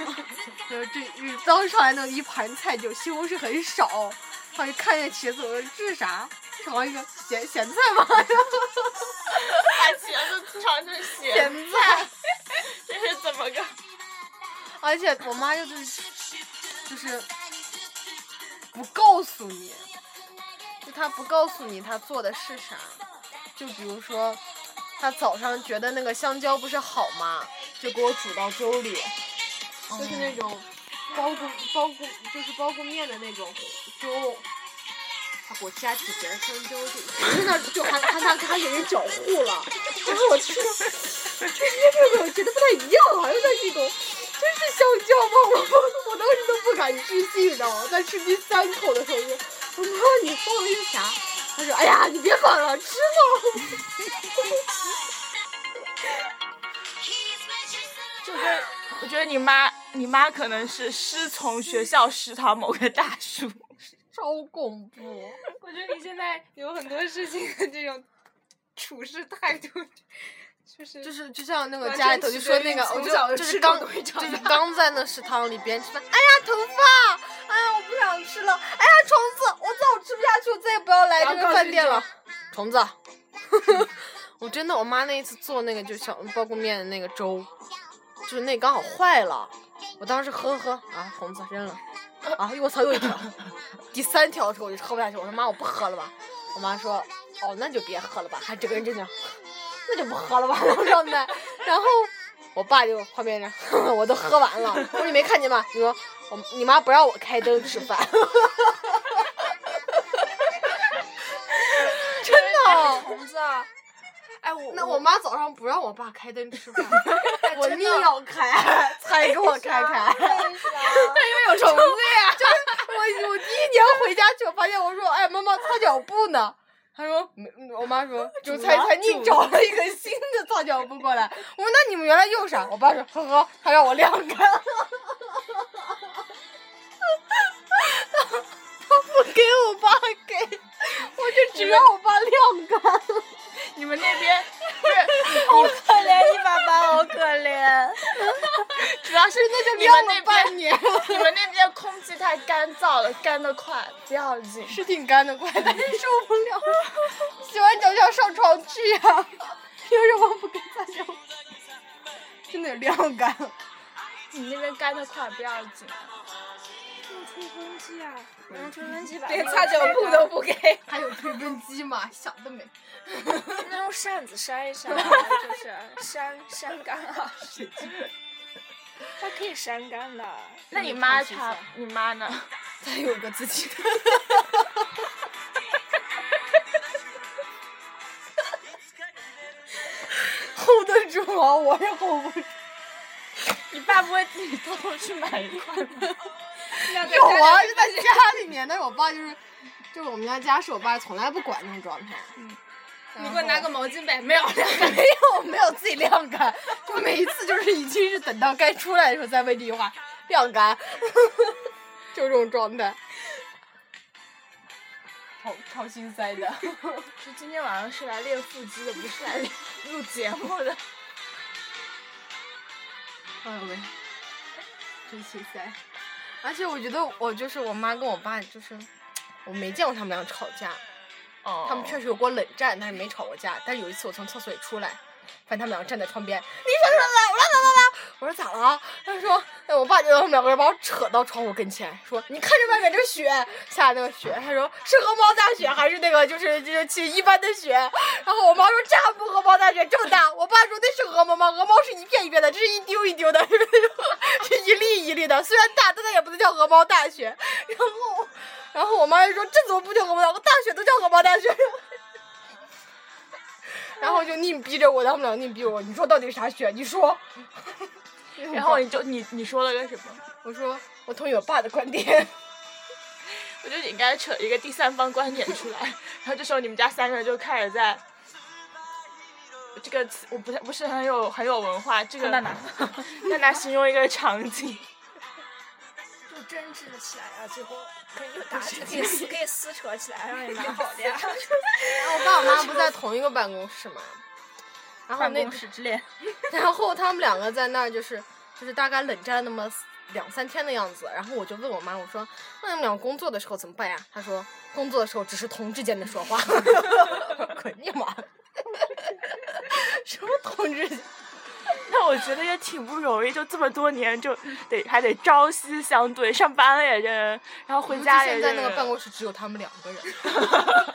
[SPEAKER 3] 就是这这当上来那一盘菜就西红柿很少，后来看见茄子，我说这是啥？炒一个咸咸菜吗？
[SPEAKER 1] 把茄子尝成嗯咸
[SPEAKER 3] 咸
[SPEAKER 1] 的，
[SPEAKER 3] 菜。
[SPEAKER 1] 这是怎么个？
[SPEAKER 3] 而且我妈就是就是不告诉你，就她不告诉你她做的是啥。就比如说，她早上觉得那个香蕉不是好吗？就给我煮到粥里，就是那种包谷包谷就是包谷面的那种粥。她啊给我加几节香蕉进去，真的就还还拿还给人搅糊了，然后我吃着， 这这个觉得不太一样，好像在一种真是香蕉吗？我我我当时都不敢置信，你知道吗？在吃第三口的时候，我就我妈你放了一个啥？她说哎呀你别管了，吃吧。
[SPEAKER 1] 就是我觉得你妈，你妈可能是师从学校食堂某个大叔。
[SPEAKER 3] 超恐怖！
[SPEAKER 5] 我觉得你现在有很多事情的这种处事态度，就是
[SPEAKER 3] 就是就像那个
[SPEAKER 5] 完全
[SPEAKER 3] 家里头就说那个，
[SPEAKER 5] 取决于
[SPEAKER 3] 我
[SPEAKER 5] 你
[SPEAKER 3] 就
[SPEAKER 5] 从小就
[SPEAKER 3] 就是
[SPEAKER 5] 吃这种
[SPEAKER 3] 刚
[SPEAKER 5] 东西长
[SPEAKER 3] 就是刚在那食堂里边吃饭，哎呀头发，哎呀我不想吃了，哎呀虫子，我早吃不下去，我再也不要来这个饭店了。虫子， 我真的我妈那一次做那个就小包谷面的那个粥，就是那刚好坏了，我当时喝喝啊虫子扔了，啊我操又一条，第三条的时候我就喝不下去，我说妈我不喝了吧，我妈说哦那就别喝了吧，还整个人就这样。 那就不喝了吧，我说那，然后我爸就旁边这， 我都喝完了，我说你没看见吗？你说我你妈不让我开灯吃饭， 真的。
[SPEAKER 2] 虫子啊，哎我
[SPEAKER 3] 那我妈早上不让我爸开灯吃 饭，我
[SPEAKER 2] 真
[SPEAKER 3] 硬
[SPEAKER 2] 的
[SPEAKER 3] 要开，才给我开开。那因为有虫子呀。 就是我我第一年回家去，我发现我说哎妈妈擦脚布呢。她说没，我妈 说就才才另找了一个新的擦脚布过来。我说那你们原来用啥？我爸说呵呵，他让我晾干 了。他不给我爸给，我就只让我爸晾干 了。
[SPEAKER 1] 你们那边
[SPEAKER 4] 可怜你爸爸，好可怜。
[SPEAKER 1] 主要是那就你
[SPEAKER 3] 就
[SPEAKER 1] 们
[SPEAKER 3] 晾
[SPEAKER 1] 那
[SPEAKER 3] 了
[SPEAKER 1] 边
[SPEAKER 3] 半年，
[SPEAKER 1] 你们那边空气太干燥了，干得快，不要紧。
[SPEAKER 3] 是挺干的快，但是 受不了。洗完脚就要上床去呀、凭什么不给他上？真的有晾干。
[SPEAKER 1] 你那边干得快，不要紧。
[SPEAKER 5] 啊
[SPEAKER 2] 用 吹风机把
[SPEAKER 5] 连
[SPEAKER 2] 那个
[SPEAKER 5] 擦脚布都不给。
[SPEAKER 3] 还有吹风机嘛？想得美！
[SPEAKER 2] 那用扇子 扇一扇啊，就是扇扇干啊， 它可以扇干的。
[SPEAKER 1] 那你妈她，你妈呢？
[SPEAKER 3] 再有个自己的。hold 得住吗？我是 hold 不住。
[SPEAKER 1] 你爸不会自己偷偷去买一块吗？
[SPEAKER 3] 有啊，是在家里面，但是我爸就是，就是我们家家事，我爸从来不管那种状态。
[SPEAKER 5] 你 给我拿个毛巾呗，没 有，
[SPEAKER 3] 没有没有自己晾干，就每一次就是已经是等到该出来的时候再问这句话，晾干， 就这种状态，超超心塞的。
[SPEAKER 1] 是今天晚上是来练腹肌的，不是来录节目的。
[SPEAKER 3] 哎呦喂，真心塞。而且我觉得我就是我妈跟我爸就是，我没见过他们俩吵架，
[SPEAKER 1] 哦
[SPEAKER 3] 他们确实有过冷战，但是没吵过架。但是有一次我从厕所里出来，发现他们两个站在窗边，你说什么？我说咋咋咋？我说咋了啊？他说，哎，我爸就他们两个人把我扯到窗户跟前，说你看这外面这雪下那个雪，他说是鹅毛大雪还是那个就是就是去一般的雪？然后我妈说这还不鹅毛大雪这么大？我爸说那是鹅毛吗？鹅毛是一片一片的，这是一丢一丢的， 是一粒一粒的，虽然大，但它也不能叫鹅毛大雪。然后。然后我妈就说：“这怎么不叫鹅毛大我大雪都叫鹅毛大雪。”然后就硬逼着我，他们俩硬逼我。你说到底是啥雪？你 说。
[SPEAKER 1] 然后你就你你说了个什么？
[SPEAKER 3] 我说我同意我爸的观点。
[SPEAKER 1] 我觉得你应该扯一个第三方观点出来，然后这时候你们家三个人就开始在。这个词我不太不是很有很有文化，这个
[SPEAKER 4] 娜娜
[SPEAKER 1] 娜娜形容一个场景，
[SPEAKER 2] 就争执了起来啊，最后可以打起来，可以撕可以撕扯起来，让你 蛮好的 呀。
[SPEAKER 3] 然后我爸我妈不在同一个办公室嘛，然后
[SPEAKER 4] 办
[SPEAKER 3] 那
[SPEAKER 4] 公室之恋，
[SPEAKER 3] 然后他们两个在那儿就是就是大概冷战了那么两三天的样子。然后我就问我妈，我说那你们俩工作的时候怎么办呀？她说工作的时候只是同志间的说话。 滚你妈！ 什么同志间？
[SPEAKER 1] 那我觉得也挺不容易，就这么多年就得还得朝夕相对，上班了也认，然后回
[SPEAKER 3] 就
[SPEAKER 1] 家也
[SPEAKER 3] 现在那个
[SPEAKER 1] 认
[SPEAKER 3] 办公室只有他们两个人。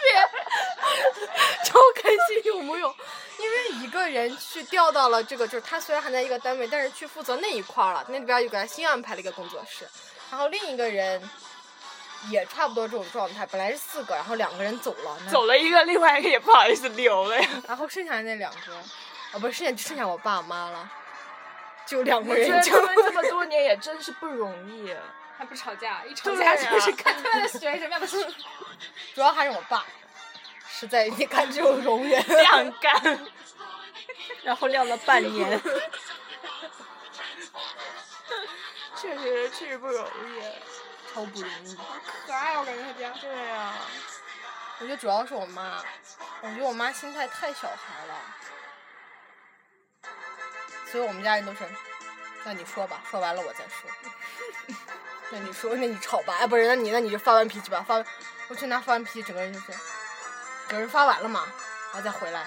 [SPEAKER 3] 超开心有木有？因为一个人去调到了这个，就是他虽然还在一个单位，但是去负责那一块儿了。那边又给他新安排了一个工作室，然后另一个人也差不多这种状态。本来是四个，然后两个人走了，
[SPEAKER 1] 走了一个，另外一个也不好意思留了呀。
[SPEAKER 3] 然后剩下的那两个，啊，不是剩下剩下我爸我妈了，就两个
[SPEAKER 1] 我觉得
[SPEAKER 3] 人 就
[SPEAKER 1] 他们这么多年也真是不容易。
[SPEAKER 5] 还不吵架，一吵
[SPEAKER 1] 对
[SPEAKER 5] 架
[SPEAKER 1] 啊
[SPEAKER 5] 就是看他们在学 什么样的书。
[SPEAKER 3] 主要还是我爸，实在你看只有容忍。
[SPEAKER 1] 晾干，
[SPEAKER 4] 然后晾了半 年。
[SPEAKER 1] 确实确实不容易。
[SPEAKER 3] 超不容易。
[SPEAKER 5] 可爱，我感觉他这样。
[SPEAKER 1] 对啊，
[SPEAKER 3] 我觉得主要是我妈，我觉得我妈心态太小孩了，所以我们家人都是，那你说吧，说完了我再说。 那你说，那你吵吧，哎，不是，那你那你就发完脾气吧，发完，我去拿发完脾气，整个人就是，有人发完了嘛，然后再回来。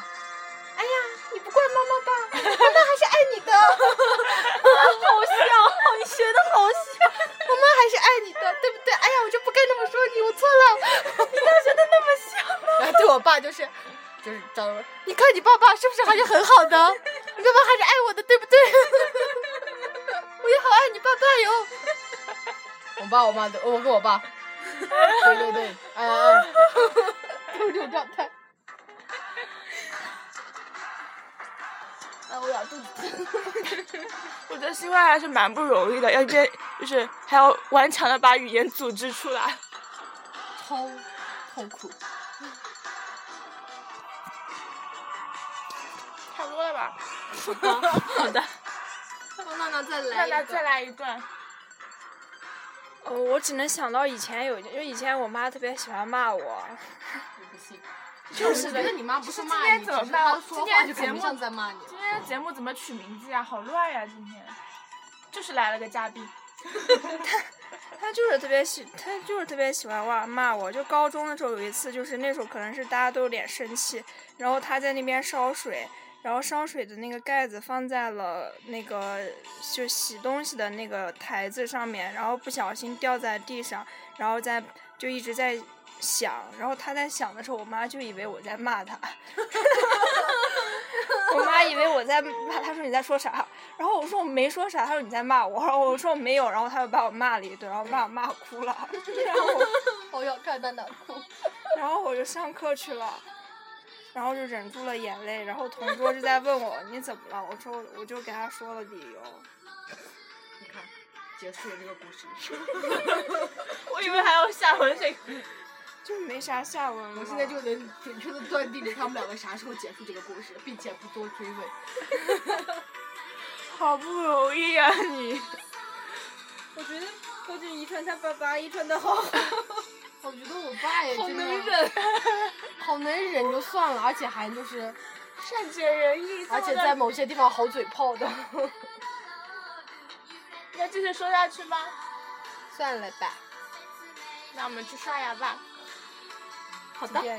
[SPEAKER 3] 哎呀，你不怪妈妈吧？妈妈还是爱你的，
[SPEAKER 4] 好像，你学的好像。
[SPEAKER 3] 妈妈还是爱你的，对不对？哎呀，我就不该那么说你，我错了。你咋学的那么像？然后对我爸就是，就是张文，你看你爸爸是不是还是很好的？你爸爸还是爱我的，对不对？ 我也好爱你爸爸哟。我爸我妈都，我跟我爸，对对对，哎哎哎， 就是这种状态。哎，我俩肚子疼。
[SPEAKER 1] 我觉得新外还是蛮不容易的，要边就是还要顽强的把语言组织出来。
[SPEAKER 3] 超痛苦。
[SPEAKER 1] 差不多了吧？
[SPEAKER 4] 好的，
[SPEAKER 3] 娜娜再
[SPEAKER 1] 那
[SPEAKER 3] 来
[SPEAKER 1] 那再来一段。
[SPEAKER 2] 呃，我只能想到以前有，因为以前我妈特别喜欢骂我，
[SPEAKER 3] 就是的，你妈不是骂
[SPEAKER 1] 天
[SPEAKER 3] 你，
[SPEAKER 1] 怎么
[SPEAKER 3] 只是她
[SPEAKER 1] 办
[SPEAKER 3] 说
[SPEAKER 1] 今
[SPEAKER 3] 话
[SPEAKER 1] 天
[SPEAKER 3] 就
[SPEAKER 1] 节
[SPEAKER 3] 感觉
[SPEAKER 1] 目
[SPEAKER 3] 像在骂 你。
[SPEAKER 1] 今天的节目怎么取名字呀？好乱呀！今天就是来了个嘉宾，
[SPEAKER 2] 她就是特别喜，她就是特别喜欢骂骂我。就高中的时候有一次，就是那时候可能是大家都有点生气，然后她在那边烧水，然后烧水的那个盖子放在了那个就洗东西的那个台子上面，然后不小心掉在地上，然后在就一直在响，然后她在响的时候，我妈就以为我在骂她。 我妈以为我在骂，她说你在说啥？然后我说我没说啥，她说你在骂我，然后我说我没有，然后她就把我骂了一顿，然后把我骂哭了，然后我
[SPEAKER 3] 我要哦看娜娜哭。
[SPEAKER 2] 然后我就上课去了，然后就忍住了眼泪，然后同桌就在问我你怎么了，我说我就给她说了理由，
[SPEAKER 3] 你看， 结束了这个故事。
[SPEAKER 1] 我以为还有下文这个。
[SPEAKER 2] 就是没啥下文了。
[SPEAKER 3] 我现在就能准确的断定他们两个啥时候结束这个故事，并且不多追 问。
[SPEAKER 1] 好不容易啊你。
[SPEAKER 4] 我觉得高俊遗传他爸爸遗传的好，
[SPEAKER 3] 我觉得我爸也
[SPEAKER 5] 好
[SPEAKER 3] 真的
[SPEAKER 5] 能，忍，
[SPEAKER 3] 好能忍就算了，而且还就是，
[SPEAKER 1] 善解人意，
[SPEAKER 3] 而且在某些地方好嘴炮的。
[SPEAKER 1] 要继续说下去吗？
[SPEAKER 3] 算了吧，
[SPEAKER 1] 那我们去刷牙吧。
[SPEAKER 3] 好的。呀？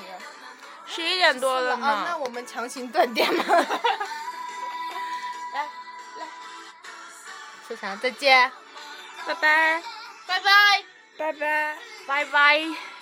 [SPEAKER 1] 十哦一点多了呢，
[SPEAKER 3] 啊，那我们强行断 电吧。
[SPEAKER 1] 来来，
[SPEAKER 3] 说啥？再见。
[SPEAKER 1] 拜拜，
[SPEAKER 5] 拜拜。
[SPEAKER 1] 拜拜，拜拜。